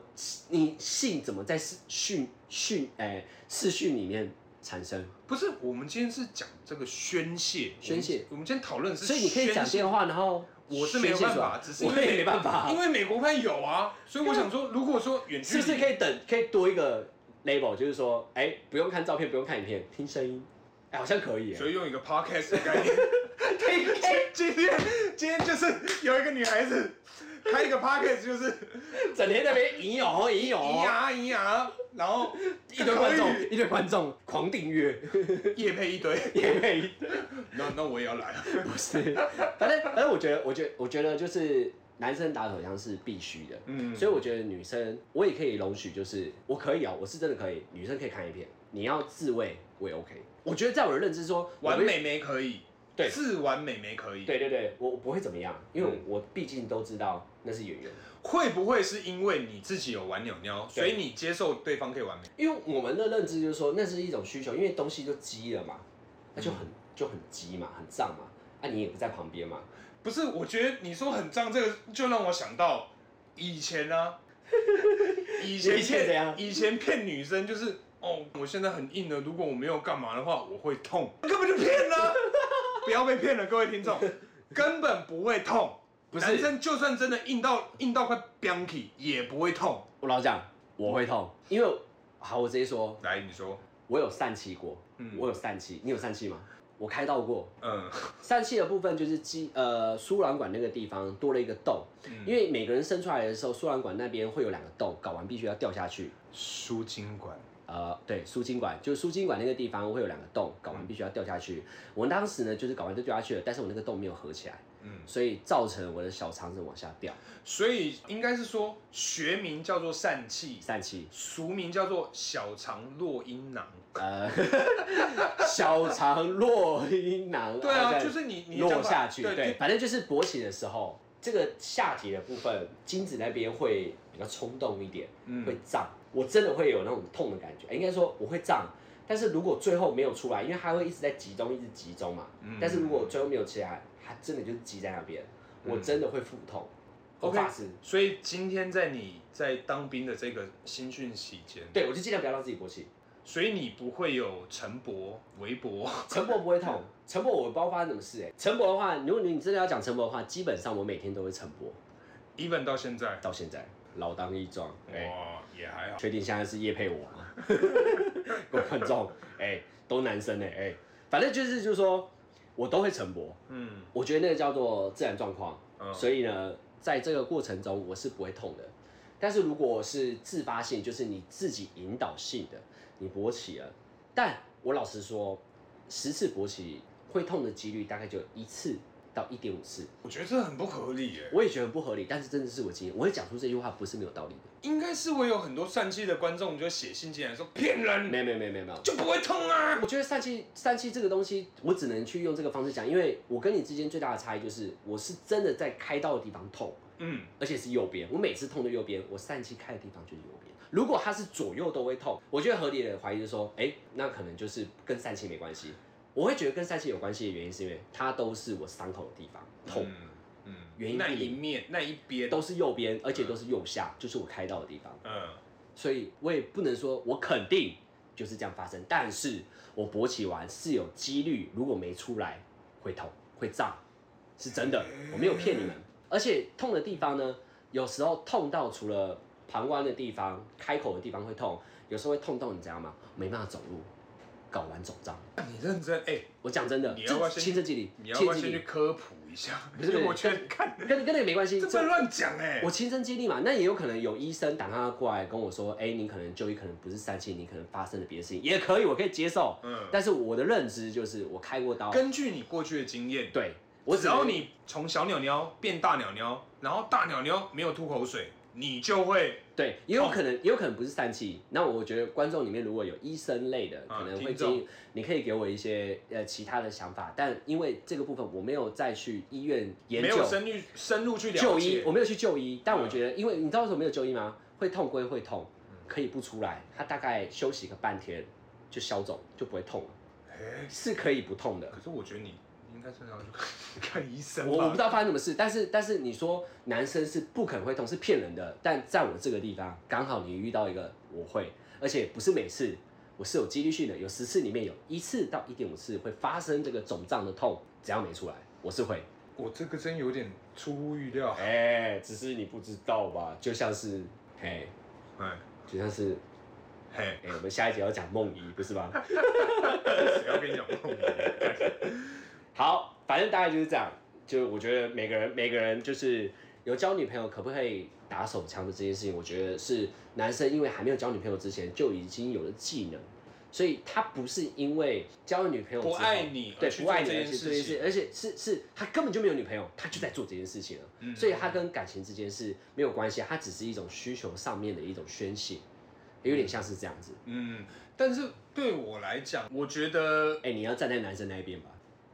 Speaker 2: 你性怎么在视训训哎视讯里面产生？
Speaker 1: 不是，我们今天是讲这个宣泄，
Speaker 2: 宣泄
Speaker 1: 我们。我们今天讨论的是，
Speaker 2: 所以你可以讲电，话，然后
Speaker 1: 我是没有办法，只
Speaker 2: 宣
Speaker 1: 是
Speaker 2: 泄出
Speaker 1: 因为
Speaker 2: 来我也没办法啊，
Speaker 1: 因为美国派有啊，所以我想说，如果说远距
Speaker 2: 是
Speaker 1: 离，
Speaker 2: 不是可以等可以多一个 label，就是说，哎、不用看照片，不用看影片，听声音，哎、好像可以耶。 哎
Speaker 1: 所以用一个 podcast 的概念。
Speaker 2: 可以可以
Speaker 1: 今天今天就是有一个女孩子开一个 podcast，就是
Speaker 2: 整天在那边引友引友，
Speaker 1: 咿呀咿呀，然后
Speaker 2: 一堆观
Speaker 1: 可
Speaker 2: 众
Speaker 1: 以
Speaker 2: 一堆观众狂订阅，
Speaker 1: 夜配一堆，
Speaker 2: 也没
Speaker 1: 那那我也要来。
Speaker 2: 不是，反正反正我觉得，我觉得我觉得就是男生打手枪是必须的。
Speaker 1: 嗯
Speaker 2: 所以我觉得女生，我也可以容许，就是我可以啊、我是真的可以。女生可以看一片，你要自慰，我也 OK。我觉得在我的认知说，我
Speaker 1: 玩
Speaker 2: 没
Speaker 1: 美眉可以，
Speaker 2: 对
Speaker 1: 自玩美眉可以，
Speaker 2: 对对对，我我不会怎么样，因为
Speaker 1: 嗯
Speaker 2: 我毕竟都知道那是演员。
Speaker 1: 会不会是因为你自己有玩鸟鸟，所
Speaker 2: 对
Speaker 1: 以你接受对方可以玩美？
Speaker 2: 因为我们的认知就是说，那是一种需求，因为东西就积了嘛，那就很就很积嘛，很胀嘛，啊，你也不在旁边嘛，
Speaker 1: 不是，我觉得你说很脏这个，就让我想到以前 啊，以前
Speaker 2: 以前怎样
Speaker 1: 骗以前骗女生就是哦，我现在很硬了，如果我没有干嘛的话，我会痛，根本就骗了， 不要被骗了，各位听众，根本不会痛。
Speaker 2: 不是
Speaker 1: 男生就算真的硬到硬到快 b a n k y 也不会痛。
Speaker 2: 我老讲我会痛，因为好，我直接说，
Speaker 1: 来，你说，
Speaker 2: 我有疝气过，
Speaker 1: 嗯
Speaker 2: 我有疝气，你有疝气吗？我开刀过，
Speaker 1: 嗯，
Speaker 2: 疝气的部分就是肌呃输卵管那个地方多了一个洞，因为每个人生出来的时候，输卵管那边会有两个洞，睾丸必须要掉下去，
Speaker 1: 输精管，
Speaker 2: 呃，对，输精管，就是输精管那个
Speaker 1: 嗯
Speaker 2: 地方会有两个洞，睾丸必须要掉下去。我当时呢，就是睾丸就掉下去了，但是我那个洞没有合起来，
Speaker 1: 嗯，
Speaker 2: 所以造成我的小肠子往下掉，
Speaker 1: 所以应该是说学名叫做疝气，
Speaker 2: 疝气，
Speaker 1: 俗名叫做小肠络阴囊。
Speaker 2: 呃，小肠落阴囊，
Speaker 1: 对
Speaker 2: 然后
Speaker 1: 啊，
Speaker 2: 再
Speaker 1: 就是你你的
Speaker 2: 落
Speaker 1: 讲法
Speaker 2: 下去，
Speaker 1: 对
Speaker 2: 对，反正就是勃起的时候，这个下体的部分，精子那边会比较冲动一点，会
Speaker 1: 嗯，
Speaker 2: 胀，我真的会有那种痛的感觉，应该说我会胀，但是如果最后没有出来，因为它会一直在集中，一直集中嘛，
Speaker 1: 嗯
Speaker 2: 但是如果最后没有起来，它真的就是积在那边，我
Speaker 1: 嗯
Speaker 2: 真的会腹痛，我
Speaker 1: OK
Speaker 2: 发誓，
Speaker 1: 所以今天在你在当兵的这个新训期间，
Speaker 2: 对我就尽量不要让自己勃起，
Speaker 1: 所以你不会有晨勃、微勃，
Speaker 2: 陈勃不会
Speaker 1: 嗯
Speaker 2: 痛，陈勃我不知道发生什么事哎、欸，陈勃的话，如果你真的要讲陈勃的话，基本上我每天都会陈勃，
Speaker 1: ，even 到现在，
Speaker 2: 到现在老当益壮，哎、
Speaker 1: 哇，也还好。
Speaker 2: 确定现在是叶配我 吗？各位观众，哎、都男生哎、哎、反正就是就是说我都会晨勃，
Speaker 1: 嗯，
Speaker 2: 我觉得那个叫做自然状况，
Speaker 1: 嗯
Speaker 2: 所以呢，在这个过程中我是不会痛的。但是如果是自发性，就是你自己引导性的，你勃起了，但我老实说，十次勃起会痛的几率大概就一次到一点五次，
Speaker 1: 我觉得这很不合理耶。
Speaker 2: 我也觉得很不合理，但是真的是我经验，我会讲出这句话不是没有道理的，
Speaker 1: 应该是会有很多疝气的观众就写信进来说骗
Speaker 2: 没
Speaker 1: 人，
Speaker 2: 有没有没有没有没有，
Speaker 1: 就不会痛啊。
Speaker 2: 我觉得疝气疝气这个东西，我只能去用这个方式讲，因为我跟你之间最大的差异就是，我是真的在开刀的地方痛，
Speaker 1: 嗯，
Speaker 2: 而且是右边。我每次痛的右边，我疝气开的地方就是右边。如果它是左右都会痛，我觉得合理的怀疑就是说，哎、那可能就是跟疝气没关系。我会觉得跟疝气有关系的原因是因为它都是我伤口的地方痛，
Speaker 1: 嗯，嗯，
Speaker 2: 原因
Speaker 1: 那
Speaker 2: 不
Speaker 1: 一
Speaker 2: 明
Speaker 1: 面那一边，
Speaker 2: 都是右边，而且都是右下，就是我开刀的地方。
Speaker 1: 嗯，
Speaker 2: 所以我也不能说我肯定就是这样发生，但是我勃起完是有几率，如果没出来会痛会胀，是真的，我没有骗你们。而且痛的地方呢，有时候痛到除了膀胱的地方、开口的地方会痛，有时候会痛到你知道吗？没办法走路，睾丸肿胀。
Speaker 1: 你认真哎，
Speaker 2: 我讲真的，
Speaker 1: 你要不要
Speaker 2: 这
Speaker 1: 先
Speaker 2: 亲身经历，
Speaker 1: 你要不要
Speaker 2: 亲
Speaker 1: 先
Speaker 2: 身经
Speaker 1: 去
Speaker 2: 历
Speaker 1: 科普一下？
Speaker 2: 不
Speaker 1: 因
Speaker 2: 是不是
Speaker 1: 为我觉得看
Speaker 2: 跟跟那个没关系，
Speaker 1: 这不能乱讲哎
Speaker 2: 我。亲身经历嘛，那也有可能有医生打电话过来跟我说，哎、你可能就医可能不是三期，你可能发生了别的事情，也可以，我可以接受。
Speaker 1: 嗯，
Speaker 2: 但是我的认知就是我开过刀，
Speaker 1: 根据你过去的经验，
Speaker 2: 对我
Speaker 1: 只
Speaker 2: 能
Speaker 1: 要你从小鸟鸟变大鸟鸟，然后大鸟鸟没有吐口水，你就会
Speaker 2: 对，也有可能、也有可能不是三期。那我觉得观众里面如果有医生类的，
Speaker 1: 啊
Speaker 2: 可能会
Speaker 1: 听
Speaker 2: 建
Speaker 1: 众
Speaker 2: 议你可以给我一些呃其他的想法，但因为这个部分我没有再去医院研
Speaker 1: 没有
Speaker 2: 究
Speaker 1: 深入深入去了
Speaker 2: 就医，
Speaker 1: 解
Speaker 2: 我。没有去嗯就医，但我觉得因为你知道为什么没有就医吗？会痛归会痛，可以不出来，他大概休息个半天就消肿，就不会痛了。
Speaker 1: 哎
Speaker 2: 是可以不痛的。
Speaker 1: 可是我觉得你应该是要去看看医生吧。
Speaker 2: 我我不知道发生什么事，但是但是你说男生是不可能会痛是骗人的，但在我这个地方刚好你遇到一个我会，而且不是每次，我是有几率性的，有十次里面有一次到一点五次会发生这个肿胀的痛，只要没出来，我是会。
Speaker 1: 我这个真有点出乎预料。
Speaker 2: 哎、只是你不知道吧？就像是，哎，
Speaker 1: 哎
Speaker 2: 就像是，
Speaker 1: 嘿，
Speaker 2: 哎，我们下一节要讲梦遗，不是吗？
Speaker 1: 谁要跟你讲梦遗？
Speaker 2: 好，反正大概就是这样。就我觉得每个人每个人就是有交女朋友可不可以打手枪的这件事情，我觉得是男生因为还没有交女朋友之前就已经有了技能，所以他不是因为交了女朋友之
Speaker 1: 不
Speaker 2: 后
Speaker 1: 爱你
Speaker 2: 对
Speaker 1: 而去
Speaker 2: 不爱
Speaker 1: 做
Speaker 2: 你
Speaker 1: 这
Speaker 2: 而
Speaker 1: 件
Speaker 2: 去
Speaker 1: 事
Speaker 2: 做这件
Speaker 1: 情
Speaker 2: 事，而且是是他根本就没有女朋友，他就在做这件事情了，
Speaker 1: 嗯
Speaker 2: 所以他跟感情之间是没有关系，他只是一种需求上面的一种宣泄，有点像是这样子。
Speaker 1: 嗯，但是对我来讲，我觉得
Speaker 2: 哎、你要站在男生那一边吧。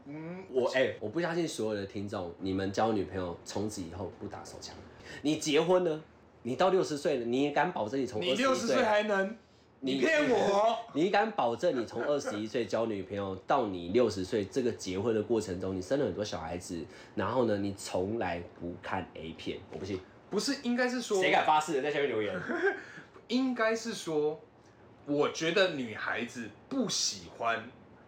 Speaker 1: 嗯，
Speaker 2: 我哎、我不相信所有的听众，你们交女朋友从此以后不打手枪，你结婚呢？你到六十岁了，你也敢保证你从
Speaker 1: 你
Speaker 2: 二十
Speaker 1: 六
Speaker 2: 一
Speaker 1: 十岁
Speaker 2: 岁，
Speaker 1: 还能，
Speaker 2: 你
Speaker 1: 你骗我？
Speaker 2: 你敢保证你从二十一岁交女朋友到你六十岁这个结婚的过程中，你生了很多小孩子，然后呢，你从来不看 A 片，我不信，
Speaker 1: 不是，应该是说，
Speaker 2: 发誓的在下面留言？
Speaker 1: 应该是说，我觉得女孩子不喜欢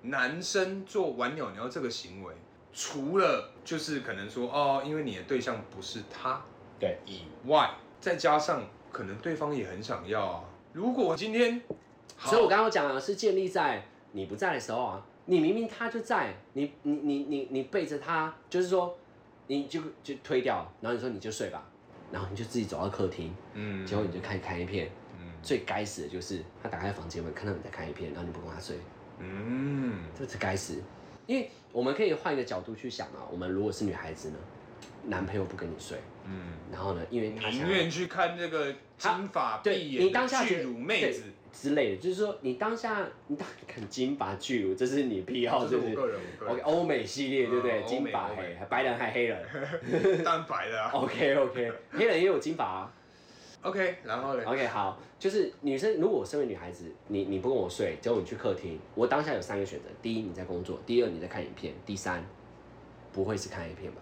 Speaker 1: 男生做玩鸟鸟这个行为，除了就是可能说哦，因为你的对象不是他，
Speaker 2: 对
Speaker 1: 以外，再加上可能对方也很想要啊。如果今天，好
Speaker 2: 所以我刚刚讲啊，是建立在你不在的时候啊，你明明他就在，你你你你你背着他，就是说你就就推掉，然后你说你就睡吧，然后你就自己走到客厅，
Speaker 1: 嗯
Speaker 2: 结果你就看看一片。
Speaker 1: 嗯
Speaker 2: 最该死的就是他打开房间门，看到你在看一片，然后你不跟他睡，
Speaker 1: 嗯，
Speaker 2: 这是该死。因为我们可以换一个角度去想啊，我们如果是女孩子呢，男朋友不跟你睡，
Speaker 1: 嗯，
Speaker 2: 然后呢，因为他
Speaker 1: 宁
Speaker 2: 想要
Speaker 1: 愿去看这个金发
Speaker 2: 对
Speaker 1: 碧
Speaker 2: 你
Speaker 1: 眼
Speaker 2: 当下
Speaker 1: 的
Speaker 2: 觉
Speaker 1: 巨
Speaker 2: 得
Speaker 1: 乳妹子，
Speaker 2: 对之类的，就是说你当下你当看金发巨乳，这是你癖好，
Speaker 1: 这是
Speaker 2: 是不
Speaker 1: 我
Speaker 2: 是
Speaker 1: 个人，我个
Speaker 2: ？OK，
Speaker 1: 人
Speaker 2: 欧美系列对不对？
Speaker 1: 嗯欧
Speaker 2: 金
Speaker 1: 美
Speaker 2: 发
Speaker 1: 欧美
Speaker 2: 黑，还白人还黑人。
Speaker 1: 蛋白的啊。
Speaker 2: OK OK，黑人也有金发、啊。
Speaker 1: OK，然后嘞，
Speaker 2: OK，好，就是女生，如果我身为女孩子，你你不跟我睡，结果你去客厅，我当下有三个选择：第一，你在工作；第二，你在看影片；第三，不会是看 A 片吧？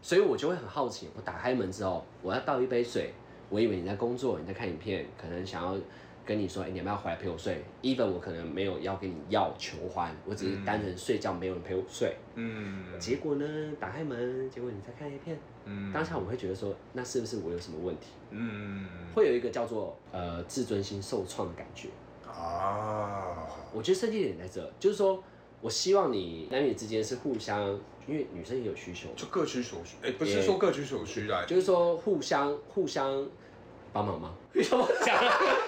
Speaker 2: 所以我就会很好奇，我打开门之后，我要倒一杯水，我以为你在工作，你在看影片，可能想要跟你说，哎、你要不要回来陪我睡？even 我可能没有要跟你要求欢，我只是单纯睡觉，没有人陪我睡。
Speaker 1: 嗯
Speaker 2: 结果呢，打开门，结果你在看 A 片，
Speaker 1: 嗯
Speaker 2: 当下我会觉得说，那是不是我有什么问题？
Speaker 1: 嗯
Speaker 2: 会有一个叫做呃自尊心受创的感觉。
Speaker 1: 啊，
Speaker 2: 我觉得设计点在这，就是说我希望你男女之间是互相，因为女生也有需求嘛，
Speaker 1: 就各取所需，哎，不是说各取所需 啦，
Speaker 2: 就是说互相互相帮忙吗？互相讲，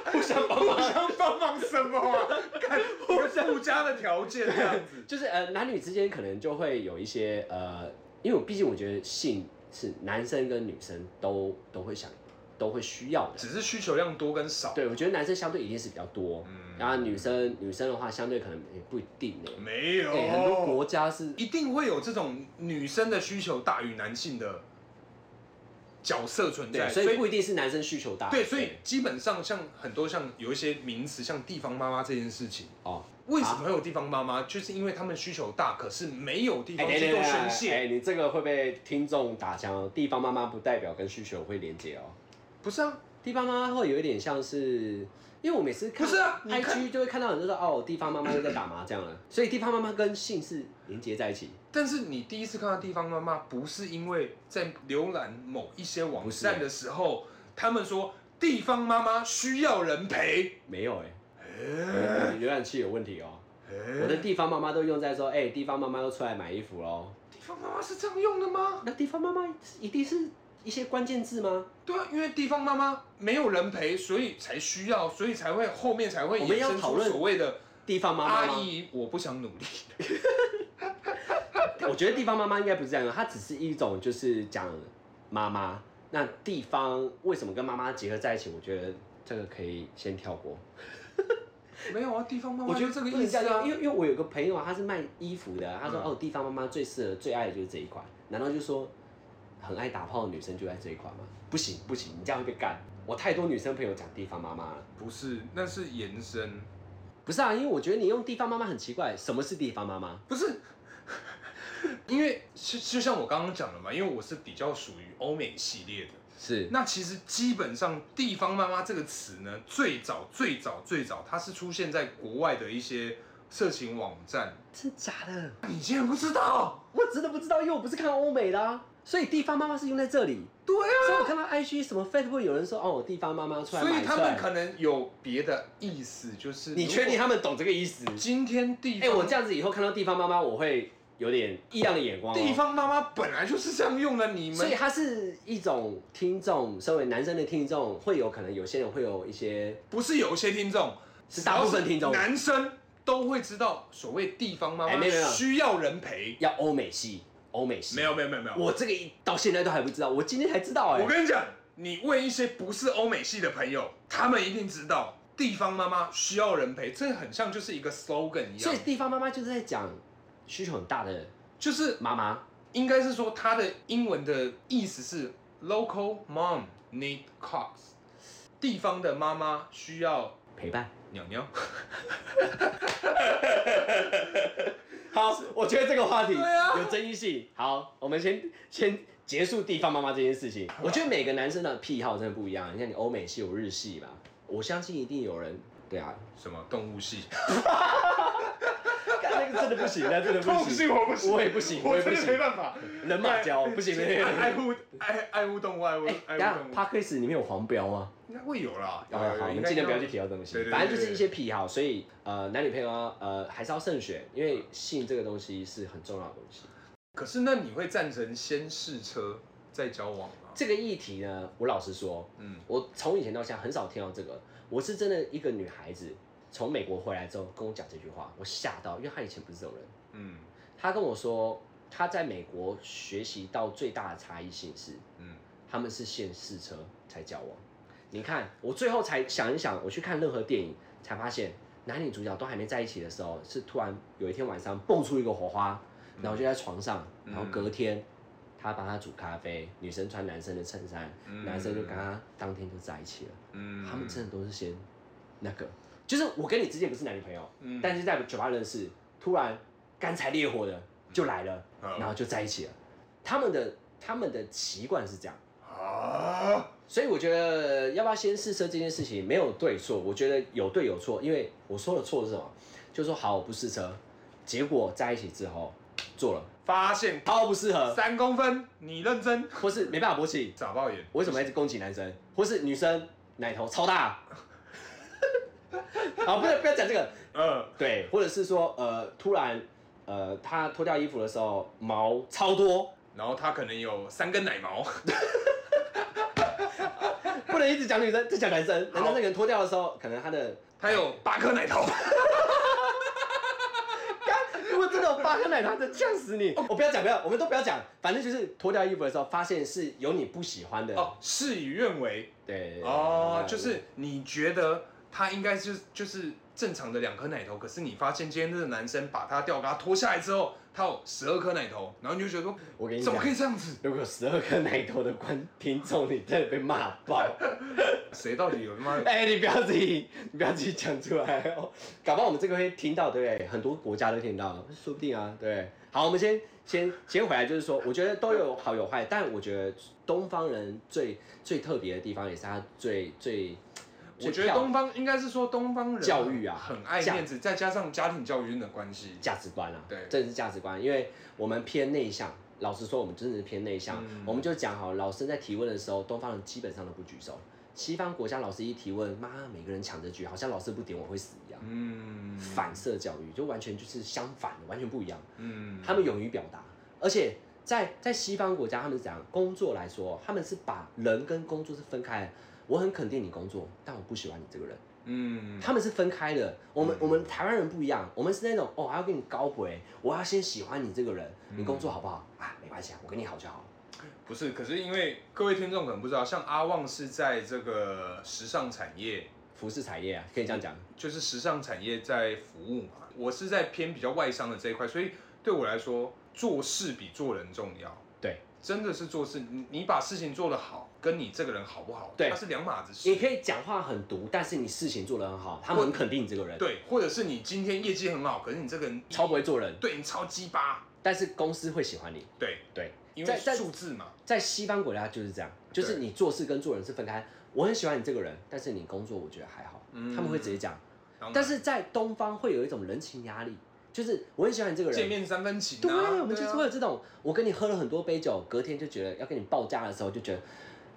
Speaker 2: 互相帮忙，
Speaker 1: 想帮忙什么啊？看我附加的条件这样子。
Speaker 2: 就是呃男女之间可能就会有一些呃，因为我毕竟我觉得性是男生跟女生都都会想都会需要的，
Speaker 1: 只是需求量多跟少。
Speaker 2: 对我觉得男生相对一定是比较多，
Speaker 1: 嗯
Speaker 2: 然后女生女生的话相对可能也不一定呢、
Speaker 1: 没有、
Speaker 2: 哎很多国家是
Speaker 1: 一定会有这种女生的需求大于男性的角色存
Speaker 2: 对，
Speaker 1: 在，
Speaker 2: 所以不一定是男生需求大。
Speaker 1: 对，所以基本上像很多像有一些名词，像地方妈妈这件事情，
Speaker 2: 哦，
Speaker 1: 为什么会有地方妈妈？就是因为他们需求大，可是没有地
Speaker 2: 哎
Speaker 1: 方
Speaker 2: 哎
Speaker 1: 去做宣
Speaker 2: 哎
Speaker 1: 泄。
Speaker 2: 哎，你这个会被听众打枪哦。地方妈妈不代表跟需求会连接哦。
Speaker 1: 不是啊，
Speaker 2: 地方妈妈会有一点像是，因为我每次看
Speaker 1: 不是啊你看
Speaker 2: IG 就会看到很多说哦，地方妈妈又在打麻将了，所以地方妈妈跟性是连接在一起。
Speaker 1: 但是你第一次看到地方妈妈，不是因为在浏览某一些网
Speaker 2: 不是哎
Speaker 1: 站的时候，他们说地方妈妈需要人陪。
Speaker 2: 没有哎、
Speaker 1: 哎
Speaker 2: 你浏览器有问题哦。
Speaker 1: 哎
Speaker 2: 我的地方妈妈都用在说，哎、地方妈妈又出来买衣服喽。
Speaker 1: 地方妈妈是这样用的吗？
Speaker 2: 那地方妈妈一定是一些关键字吗？
Speaker 1: 对啊，因为地方妈妈没有人陪，所以才需要，所以才会后面才会
Speaker 2: 我们
Speaker 1: 衍
Speaker 2: 要
Speaker 1: 生
Speaker 2: 讨
Speaker 1: 出
Speaker 2: 论
Speaker 1: 所谓的
Speaker 2: 地方妈妈吗
Speaker 1: 阿姨，我不想努力。
Speaker 2: 我觉得地方妈妈应该不是这样的，它只是一种就是讲妈妈。那地方为什么跟妈妈结合在一起？我觉得这个可以先跳过。
Speaker 1: 没有啊，地方妈
Speaker 2: 我
Speaker 1: 妈就
Speaker 2: 觉得
Speaker 1: 这
Speaker 2: 不
Speaker 1: 个
Speaker 2: 能
Speaker 1: 意思
Speaker 2: 这样
Speaker 1: 啊
Speaker 2: 因。为因为我有个朋友啊，他是卖衣服的啊，他说、
Speaker 1: 嗯
Speaker 2: 哦，地方妈妈最适合、最爱的就是这一款。难道就说很爱打炮的女生就爱这一款吗？不行不行，你这样会被干。我太多女生朋友讲地方妈妈了。
Speaker 1: 不是，那是延伸，
Speaker 2: 不是啊，因为我觉得你用地方妈妈很奇怪。什么是地方妈妈？
Speaker 1: 不是。因为就就像我刚刚讲的嘛，因为我是比较属于欧美系列的。
Speaker 2: 是
Speaker 1: 那其实基本上“地方妈妈”这个词呢，最早最早最早，它是出现在国外的一些色情网站。
Speaker 2: 真假的？
Speaker 1: 你竟然不知道？
Speaker 2: 我真的不知道，因为我不是看欧美的、啊，所以地方妈妈是用在这里。
Speaker 1: 对啊。
Speaker 2: 所以我看到 IG 什么 Facebook 有人说哦，地方妈妈出来
Speaker 1: 所
Speaker 2: 买
Speaker 1: 以他
Speaker 2: 菜，
Speaker 1: 们可能有别的意思，就是
Speaker 2: 你确定
Speaker 1: 如果
Speaker 2: 他们懂这个意思？
Speaker 1: 今天地
Speaker 2: 哎、
Speaker 1: 方
Speaker 2: 我这样子以后看到地方妈妈，我会有点异样的眼光、哦。
Speaker 1: 地，方妈妈本来就是这样用的，你
Speaker 2: 所
Speaker 1: 们
Speaker 2: 以它是一种听众，身为男生的听众，会有可能有些人会有一些
Speaker 1: 不是有些听众
Speaker 2: 是大部分听众
Speaker 1: 只要是男生都会知道，所谓地方妈
Speaker 2: 哎没
Speaker 1: 妈
Speaker 2: 有没有
Speaker 1: 需要人陪。
Speaker 2: 要欧美系，欧美系
Speaker 1: 没，有没有没有没有，
Speaker 2: 我这个一到现在都还不知道，我今天才知道哎、
Speaker 1: 我跟你讲，你问一些不是欧美系的朋友，他们一定知道地方妈妈需要人陪，这很像就是一个 slogan 一
Speaker 2: 所
Speaker 1: 样
Speaker 2: 以，地方妈妈就是在讲需求很大的
Speaker 1: 就是
Speaker 2: 妈妈，
Speaker 1: 应该是说它的英文的意思是 local mom need cots，地方的妈妈需要
Speaker 2: 陪伴。
Speaker 1: 鸟鸟。
Speaker 2: 好，我觉得这个话题
Speaker 1: 对啊
Speaker 2: 有争议性。好，我们先先结束地方妈妈这件事情。我觉得每个男生的癖好真的不一样，你看你欧美系有日系嘛，我相信一定有人。对啊，
Speaker 1: 什么动物系？
Speaker 2: 干那个真的不行，那真的不行，
Speaker 1: 我不
Speaker 2: 我也不行， 我也不行，
Speaker 1: 办法。哎
Speaker 2: 人 马交不行。不行
Speaker 1: 爱护爱爱护动物，爱护爱
Speaker 2: 哎，等一
Speaker 1: 护
Speaker 2: 下
Speaker 1: 动物，
Speaker 2: ，Parkes 里面有黄标吗？
Speaker 1: 应该会有啦。有
Speaker 2: 哦，好，我们尽量不要
Speaker 1: 有应该
Speaker 2: 去。提到这东西
Speaker 1: 对。对对
Speaker 2: 反正就是一些癖好，所以呃，男女朋友啊，呃，还是要慎选，因为性这个东西是很重要的东西。
Speaker 1: 可是那你会赞成先试车再交往吗？
Speaker 2: 这个议题呢，我老实说，
Speaker 1: 嗯
Speaker 2: 我从以前到现在很少听到这个。我是真的一个女孩子从美国回来之后跟我讲这句话，我吓到，因为她以前不是这种人。
Speaker 1: 嗯，
Speaker 2: 他跟我说，他在美国学习到最大的差异性是，
Speaker 1: 嗯，
Speaker 2: 他们是先试车才交往。你看，我最后才想一想，我去看任何电影，才发现男女主角都还没在一起的时候，是突然有一天晚上蹦出一个火花，然后就在床上，
Speaker 1: 嗯
Speaker 2: 然后隔天他帮他煮咖啡，女生穿男生的衬衫，
Speaker 1: 嗯
Speaker 2: 男生就跟他当天就在一起了。
Speaker 1: 嗯
Speaker 2: 他们真的都是先那个，就是我跟你之间不是男女朋友，
Speaker 1: 嗯
Speaker 2: 但是在酒吧认识，突然干柴烈火的就来了，
Speaker 1: 嗯
Speaker 2: 然后就在一起了。他们的他们的习惯是这样，
Speaker 1: 啊，
Speaker 2: 所以我觉得要不要先试车这件事情没有对错，我觉得有对有错，因为我说的错是什么？就说好我不试车，结果在一起之后做了，
Speaker 1: 发现
Speaker 2: 超不适合，
Speaker 1: 三公分，你认真，
Speaker 2: 或是没办法勃起，
Speaker 1: 傻爆眼，
Speaker 2: 我为什么一直攻击男生，或是女生奶头超大？ 好，不要不要讲这个，
Speaker 1: 呃，
Speaker 2: 对，或者是说，呃，突然，呃，他脱掉衣服的时候毛超多，
Speaker 1: 然后他可能有三根奶毛，
Speaker 2: 不能一直讲女生，就讲男生。
Speaker 1: 好
Speaker 2: 男生那个人脱掉的时候，可能他的，
Speaker 1: 他有八颗奶头，
Speaker 2: 如果真的有八颗奶糖，真呛死你！哦我不要讲，不要，我们都不要讲，反正就是脱掉衣服的时候，发现是有你不喜欢的，
Speaker 1: 哦，事与愿违，
Speaker 2: 对，
Speaker 1: 哦
Speaker 2: 那，
Speaker 1: 就是你觉得他应该就是就是正常的两颗奶头，可是你发现今天这个男生把他吊嘎脱下来之后，他有十二颗奶头，然后你就觉得说，
Speaker 2: 我跟你
Speaker 1: 怎
Speaker 2: 讲
Speaker 1: 么可。以这样子？
Speaker 2: 如果有十二颗奶头的观听众，你真的被骂爆！
Speaker 1: 谁到底有他妈的？
Speaker 2: 哎、你不要自己，你不要自己讲出来哦，搞不好我们这个会听到，对不对？很多国家都听到，说不定啊，对。好，我们先先先回来，就是说，我觉得都有好有坏，但我觉得东方人最最特别的地方，也是他最最，
Speaker 1: 我
Speaker 2: 最
Speaker 1: 觉得
Speaker 2: 漂
Speaker 1: 东方应该是说东方人
Speaker 2: 教育啊
Speaker 1: 很爱
Speaker 2: 价
Speaker 1: 面子，再加上家庭教育的关系，
Speaker 2: 价值观啊，
Speaker 1: 对
Speaker 2: 真的是价值观，因为我们偏内向。老实说，我们真的是偏内向。
Speaker 1: 嗯
Speaker 2: 我们就讲好，老师在提问的时候，东方人基本上都不举手。西方国家老师一提问，妈，每个人抢着举，好像老师不点我会死一样。
Speaker 1: 嗯，
Speaker 2: 反射教育，就完全就是相反的，完全不一样。
Speaker 1: 嗯，
Speaker 2: 他们勇于表达，而且在在西方国家，他们是怎样工作来说，他们是把人跟工作是分开的。我很肯定你工作，但我不喜欢你这个人，
Speaker 1: 嗯，
Speaker 2: 他们是分开的。我们
Speaker 1: 嗯
Speaker 2: 我们台湾人不一样，我们是那种哦，还要跟你高回，我要先喜欢你这个人，
Speaker 1: 嗯
Speaker 2: 你工作好不好啊？没关系啊，我跟你好就好。
Speaker 1: 不是，可是因为各位听众可能不知道，像阿旺是在这个时尚产业，
Speaker 2: 服饰产业啊，可以这样讲，
Speaker 1: 就是时尚产业在服务嘛。我是在偏比较外商的这一块，所以对我来说，做事比做人重要。
Speaker 2: 对，
Speaker 1: 真的是做事，你你把事情做得好，跟你这个人好不好，
Speaker 2: 对
Speaker 1: 它是两码子事
Speaker 2: 你。可以讲话很毒，但是你事情做得很好，他们很肯定你这个人，
Speaker 1: 对，或者是你今天业绩很好，可是你这个人
Speaker 2: 超不会做人，
Speaker 1: 对你超鸡巴，
Speaker 2: 但是公司会喜欢你，
Speaker 1: 对，
Speaker 2: 对。
Speaker 1: 因为
Speaker 2: 在在
Speaker 1: 数字嘛，
Speaker 2: 在西方国家就是这样，就是你做事跟做人是分开。我很喜欢你这个人，但是你工作我觉得还好，
Speaker 1: 嗯
Speaker 2: 他们会直接讲。
Speaker 1: 当然
Speaker 2: 但是在东方会有一种人情压力，就是我很喜欢你这个人，
Speaker 1: 见面三分情、啊，
Speaker 2: 对，我们就是会
Speaker 1: 啊
Speaker 2: 有这种，我跟你喝了很多杯酒，隔天就觉得要跟你报价的时候就觉得，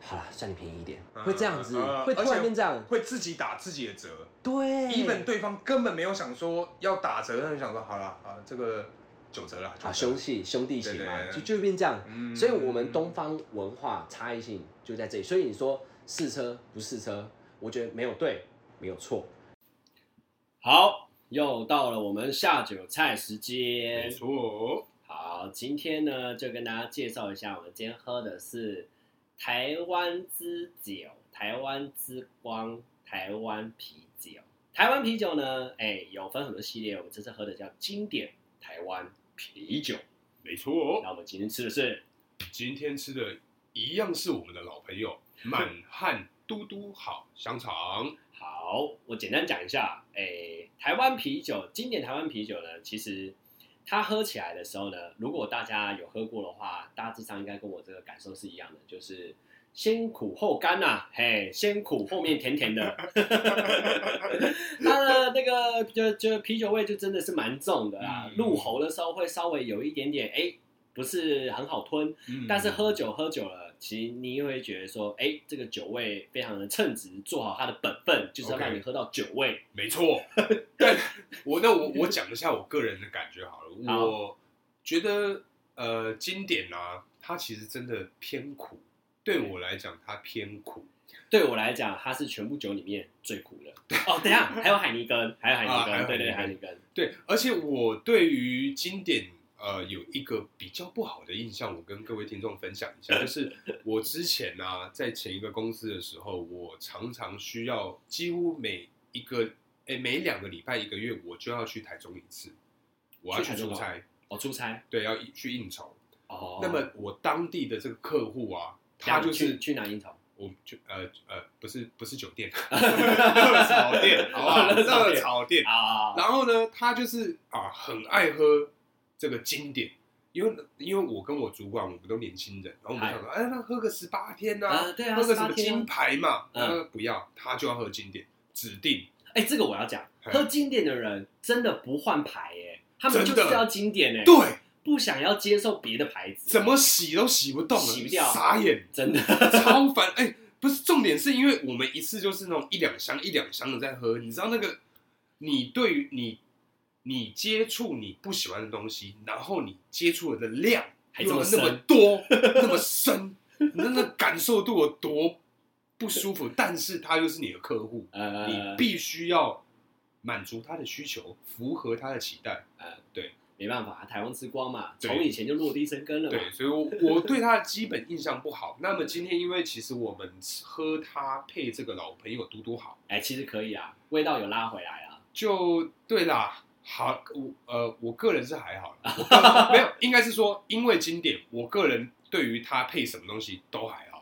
Speaker 2: 好啦，算你便宜一点，
Speaker 1: 嗯
Speaker 2: 会这样子，
Speaker 1: 嗯
Speaker 2: 会突
Speaker 1: 而且
Speaker 2: 然变这样，
Speaker 1: 会自己打自己的折。
Speaker 2: 对
Speaker 1: even 对方根本没有想说要打折，他就想说好了啊，这个九折了，
Speaker 2: 啊
Speaker 1: 九折
Speaker 2: 兄弟兄弟情嘛
Speaker 1: 对对，对
Speaker 2: 就就会变这样。
Speaker 1: 嗯
Speaker 2: 所以我们东方文化差异性就在这里。所以你说试车不试车，我觉得没有对，没有错。好，又到了我们下酒菜时
Speaker 1: 没
Speaker 2: 间。
Speaker 1: 错，哦
Speaker 2: 好，今天呢就跟大家介绍一下，我们今天喝的是台湾之酒、台湾之光、台湾啤酒。台湾啤酒呢，哎、有分很多系列，我们这次喝的叫经典台湾啤酒。
Speaker 1: 没错。哦
Speaker 2: 那我们今天吃的是
Speaker 1: 今天吃的一样是我们的老朋友满汉嘟嘟好香肠，
Speaker 2: 好，我简单讲一下，诶，台湾啤酒，经典台湾啤酒呢，其实它喝起来的时候呢，如果大家有喝过的话，大致上应该跟我这个感受是一样的，就是先苦后甘呐、嘿，先苦后面甜甜的，它的那个就就啤酒味就真的是蛮重的啦
Speaker 1: 嗯，
Speaker 2: 入喉的时候会稍微有一点点，哎，不是很好吞，
Speaker 1: 嗯
Speaker 2: 但是喝酒喝久了，其实你也会觉得说，哎、这个酒味非常的称职，做好它的本分，就是要
Speaker 1: OK
Speaker 2: 让你喝到酒味。
Speaker 1: 没错。但我那我我讲一下我个人的感觉好了，
Speaker 2: 好
Speaker 1: 我觉得呃经典啊，它其实真的偏苦，对我来讲它偏苦。
Speaker 2: 对我来讲，它是全部酒里面最苦的。 哦，等一下还有海尼根，还有海尼
Speaker 1: 啊还有
Speaker 2: 根，对对，
Speaker 1: 海
Speaker 2: 海
Speaker 1: 尼
Speaker 2: 尼根，
Speaker 1: 对，而且我对于经典呃有一个比较不好的印象，我跟各位听众分享一下， 就是我之前呢、在前一个公司的时候，我常常需要几乎每一个哎每两个礼拜一个月，我就要去台中一次，我要
Speaker 2: 去
Speaker 1: 去
Speaker 2: 台中
Speaker 1: 出
Speaker 2: 干
Speaker 1: 差，
Speaker 2: 哦，出差
Speaker 1: 对，要一去应酬。
Speaker 2: 哦。
Speaker 1: 那么我当地的这个客户啊，
Speaker 2: 那
Speaker 1: 他
Speaker 2: 你
Speaker 1: 就是
Speaker 2: 去去哪应酬？
Speaker 1: 我就呃呃不是不是酒 店， 热炒店，好不好？
Speaker 2: 热炒店
Speaker 1: 热炒店。
Speaker 2: 啊，
Speaker 1: 然后呢，他就是啊，很爱喝这个经典，因为因为我跟我主管，我们都年轻人，然后我们
Speaker 2: 嗨
Speaker 1: 想说，哎，那喝个十八天呐、
Speaker 2: 啊，对啊，
Speaker 1: 喝个什
Speaker 2: 18
Speaker 1: 么
Speaker 2: 天啊
Speaker 1: 金牌嘛，
Speaker 2: 嗯
Speaker 1: 他说不要，他就要喝经典，指定
Speaker 2: 哎、这个我要讲，
Speaker 1: 嗯
Speaker 2: 喝经典的人真的不换牌耶，他们就
Speaker 1: 真
Speaker 2: 是
Speaker 1: 的
Speaker 2: 要经典哎，
Speaker 1: 对，，
Speaker 2: 不想要接受别的牌子，
Speaker 1: 怎么洗都洗不动了，啊
Speaker 2: 洗不掉
Speaker 1: 傻眼，
Speaker 2: 真的？
Speaker 1: 超烦，哎。不是重点，是因为我们一次就是那种一两箱一两箱的在喝，你知道那个，你对于你你接触你不喜欢的东西，然后你接触了的量
Speaker 2: 还这么
Speaker 1: 那么
Speaker 2: 深，
Speaker 1: 多， 那么深，那那感受度有多不舒服。但是他又是你的客户，
Speaker 2: 呃，
Speaker 1: 你必须要满足他的需求，符合他的期待。
Speaker 2: 没办法，台湾之光嘛，
Speaker 1: 对
Speaker 2: 从以前就落地生根了嘛，
Speaker 1: 对，所以我我对他的基本印象不好。那么今天，因为其实我们喝它配这个老朋友嘟嘟好，
Speaker 2: 哎、其实可以啊，味道有拉回来啊，
Speaker 1: 就对啦。好，我呃，我个人是还好，我个没有，应该是说，因为经典，我个人对于它配什么东西都还好。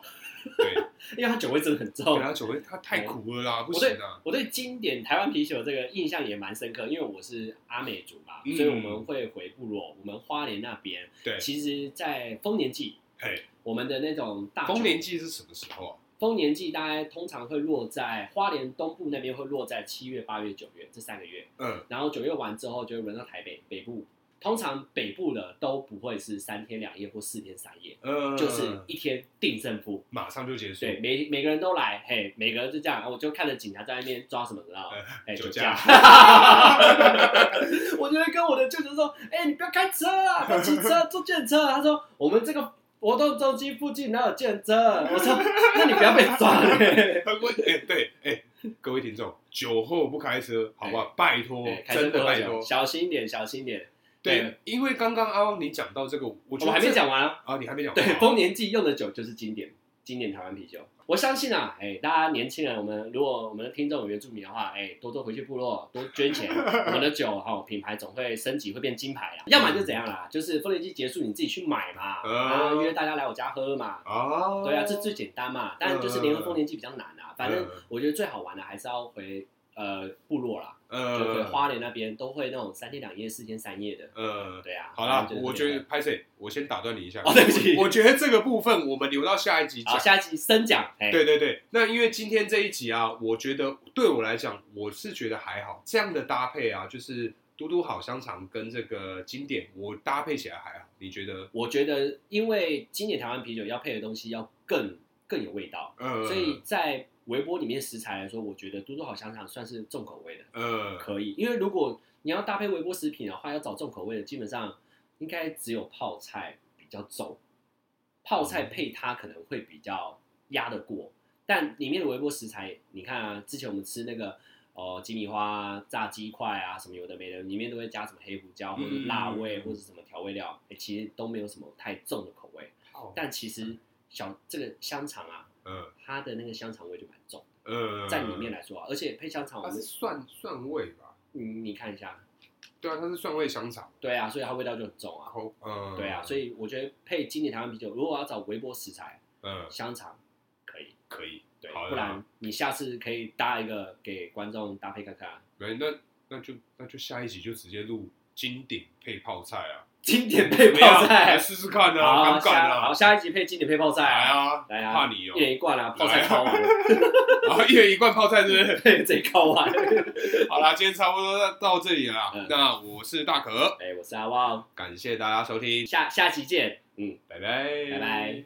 Speaker 1: 对，
Speaker 2: 因为它酒味真的很重
Speaker 1: 对。啊，酒味它太苦了啦，不
Speaker 2: 我
Speaker 1: 行
Speaker 2: 对
Speaker 1: 啊。
Speaker 2: 哦我对经典台湾啤酒这个印象也蛮深刻，因为我是阿美族嘛，
Speaker 1: 嗯
Speaker 2: 所以我们会回部落，我们花莲那边，
Speaker 1: 对，
Speaker 2: 其实，在丰年祭，
Speaker 1: 嘿，
Speaker 2: 我们的那种大酒
Speaker 1: 丰年祭是什么时候啊？
Speaker 2: 丰年祭大概通常会落在花莲东部那边，会落在七月、八月、九月这三个月，
Speaker 1: 嗯，
Speaker 2: 然后九月完之后就会轮到台北北部。通常北部的都不会是三天两夜或四天三夜，
Speaker 1: 呃
Speaker 2: 就是一天定胜负。
Speaker 1: 马上就结束。
Speaker 2: 对，每每个人都来，嘿，每个人就这样，哦我就看着警察在那边抓什么，你知道吗
Speaker 1: 呃？
Speaker 2: 哎，
Speaker 1: 酒
Speaker 2: 酒
Speaker 1: 驾
Speaker 2: 驾。 我就会跟我的舅舅说，哎，你不要开车啊，不要骑车，坐电车。啊他说，我们这个活动中心附近哪有电车？我说，那你不要被 抓。嘿
Speaker 1: 我 哎对哎，各位听众，酒后不开车，好不好？拜托
Speaker 2: 对，开车
Speaker 1: 真
Speaker 2: 不
Speaker 1: 的
Speaker 2: 喝
Speaker 1: 拜托
Speaker 2: 酒，。小心一点，小心一点。
Speaker 1: 对，因为刚刚阿旺你讲到这个，我觉
Speaker 2: 我
Speaker 1: 得
Speaker 2: 们还没
Speaker 1: 这
Speaker 2: 讲完啊。
Speaker 1: 啊，你还没讲
Speaker 2: 对，
Speaker 1: 完啊
Speaker 2: 丰年祭用的酒就是经典，经典台湾啤酒。我相信啊，哎，大家年轻人，我们如果我们的听众有原住民的话，哎，多多回去部落，多捐钱，我们的酒哈、哦、品牌总会升级，会变金牌啊。要么就怎样啦，就是丰年祭结束你自己去买嘛，
Speaker 1: 嗯
Speaker 2: 然后约大家来我家喝嘛。
Speaker 1: 啊，
Speaker 2: 对啊，这最简单嘛。但就是联合丰年祭比较难啊，反正
Speaker 1: 嗯
Speaker 2: 我觉得最好玩的还是要回呃部落啦，就回
Speaker 1: 呃
Speaker 2: 花莲那边都会那种三天两夜、四天三夜的。
Speaker 1: 呃。
Speaker 2: 对啊，
Speaker 1: 好啦
Speaker 2: 反，正
Speaker 1: 我
Speaker 2: 就是这
Speaker 1: 觉
Speaker 2: 样
Speaker 1: 得拍谁，我先打断你一下。
Speaker 2: 哦对不起
Speaker 1: 我我觉得这个部分我们留到下一集讲
Speaker 2: 好，。下一集深讲，哎，
Speaker 1: 对对对，那因为今天这一集啊，我觉得对我来讲，我是觉得还好，这样的搭配啊，就是嘟嘟好香肠跟这个经典，我搭配起来还好，你觉得？
Speaker 2: 我觉得，因为经典台湾啤酒要配的东西要更更有味道，
Speaker 1: 呃，
Speaker 2: 所以在微波里面食材来说，我觉得嘟嘟好香肠算是重口味的，
Speaker 1: 呃，
Speaker 2: 可以。因为如果你要搭配微波食品的话，要找重口味的，基本上应该只有泡菜比较重，泡菜
Speaker 1: 嗯
Speaker 2: 配它可能会比较压得过。但里面的微波食材，你看啊，之前我们吃那个哦鸡米花啊、炸鸡块啊，什么有的没的，里面都会加什么黑胡椒或者辣味
Speaker 1: 嗯
Speaker 2: 或者什么调味料，诶其实都没有什么太重的口味。但其实小这个香肠啊，
Speaker 1: 哦呃
Speaker 2: 它的那个香肠味就蛮重，
Speaker 1: 呃，
Speaker 2: 在里面，来说啊，而且配香肠，我
Speaker 1: 它
Speaker 2: 们
Speaker 1: 是蒜蒜味吧？
Speaker 2: 你你看一下，
Speaker 1: 对啊，它是蒜味香肠，
Speaker 2: 对啊，所以它味道就很重啊。
Speaker 1: 口呃，
Speaker 2: 对啊，所
Speaker 1: 以
Speaker 2: 以我觉得配经典台湾啤酒，如果要找微波食材，
Speaker 1: 呃
Speaker 2: 香肠可以，
Speaker 1: 可以，
Speaker 2: 对，
Speaker 1: 好的
Speaker 2: 不然你下次可以搭一个给观众搭配看看啊。
Speaker 1: 没哎那那就那就下一集就直接录经典配泡菜啊，
Speaker 2: 经典配
Speaker 1: 怎么样
Speaker 2: 泡
Speaker 1: 来
Speaker 2: 菜，
Speaker 1: 试试看啊，敢
Speaker 2: 好，
Speaker 1: 不敢
Speaker 2: 下好
Speaker 1: 啊？
Speaker 2: 下一集配经典配泡菜
Speaker 1: 来
Speaker 2: 啊，
Speaker 1: 啊，
Speaker 2: 来啊，
Speaker 1: 怕你哦
Speaker 2: 一，人一罐啊，泡
Speaker 1: 来
Speaker 2: 菜
Speaker 1: 啊
Speaker 2: 超完，
Speaker 1: 然后一人一罐泡菜，是不是？
Speaker 2: 对，贼高 完。
Speaker 1: 好啦，今天差不多到到这里了啦。
Speaker 2: 嗯
Speaker 1: 那我是大可，
Speaker 2: 哎，我是阿旺，
Speaker 1: 感谢大家收听，
Speaker 2: 下下期见，嗯。
Speaker 1: 拜拜，
Speaker 2: 拜拜。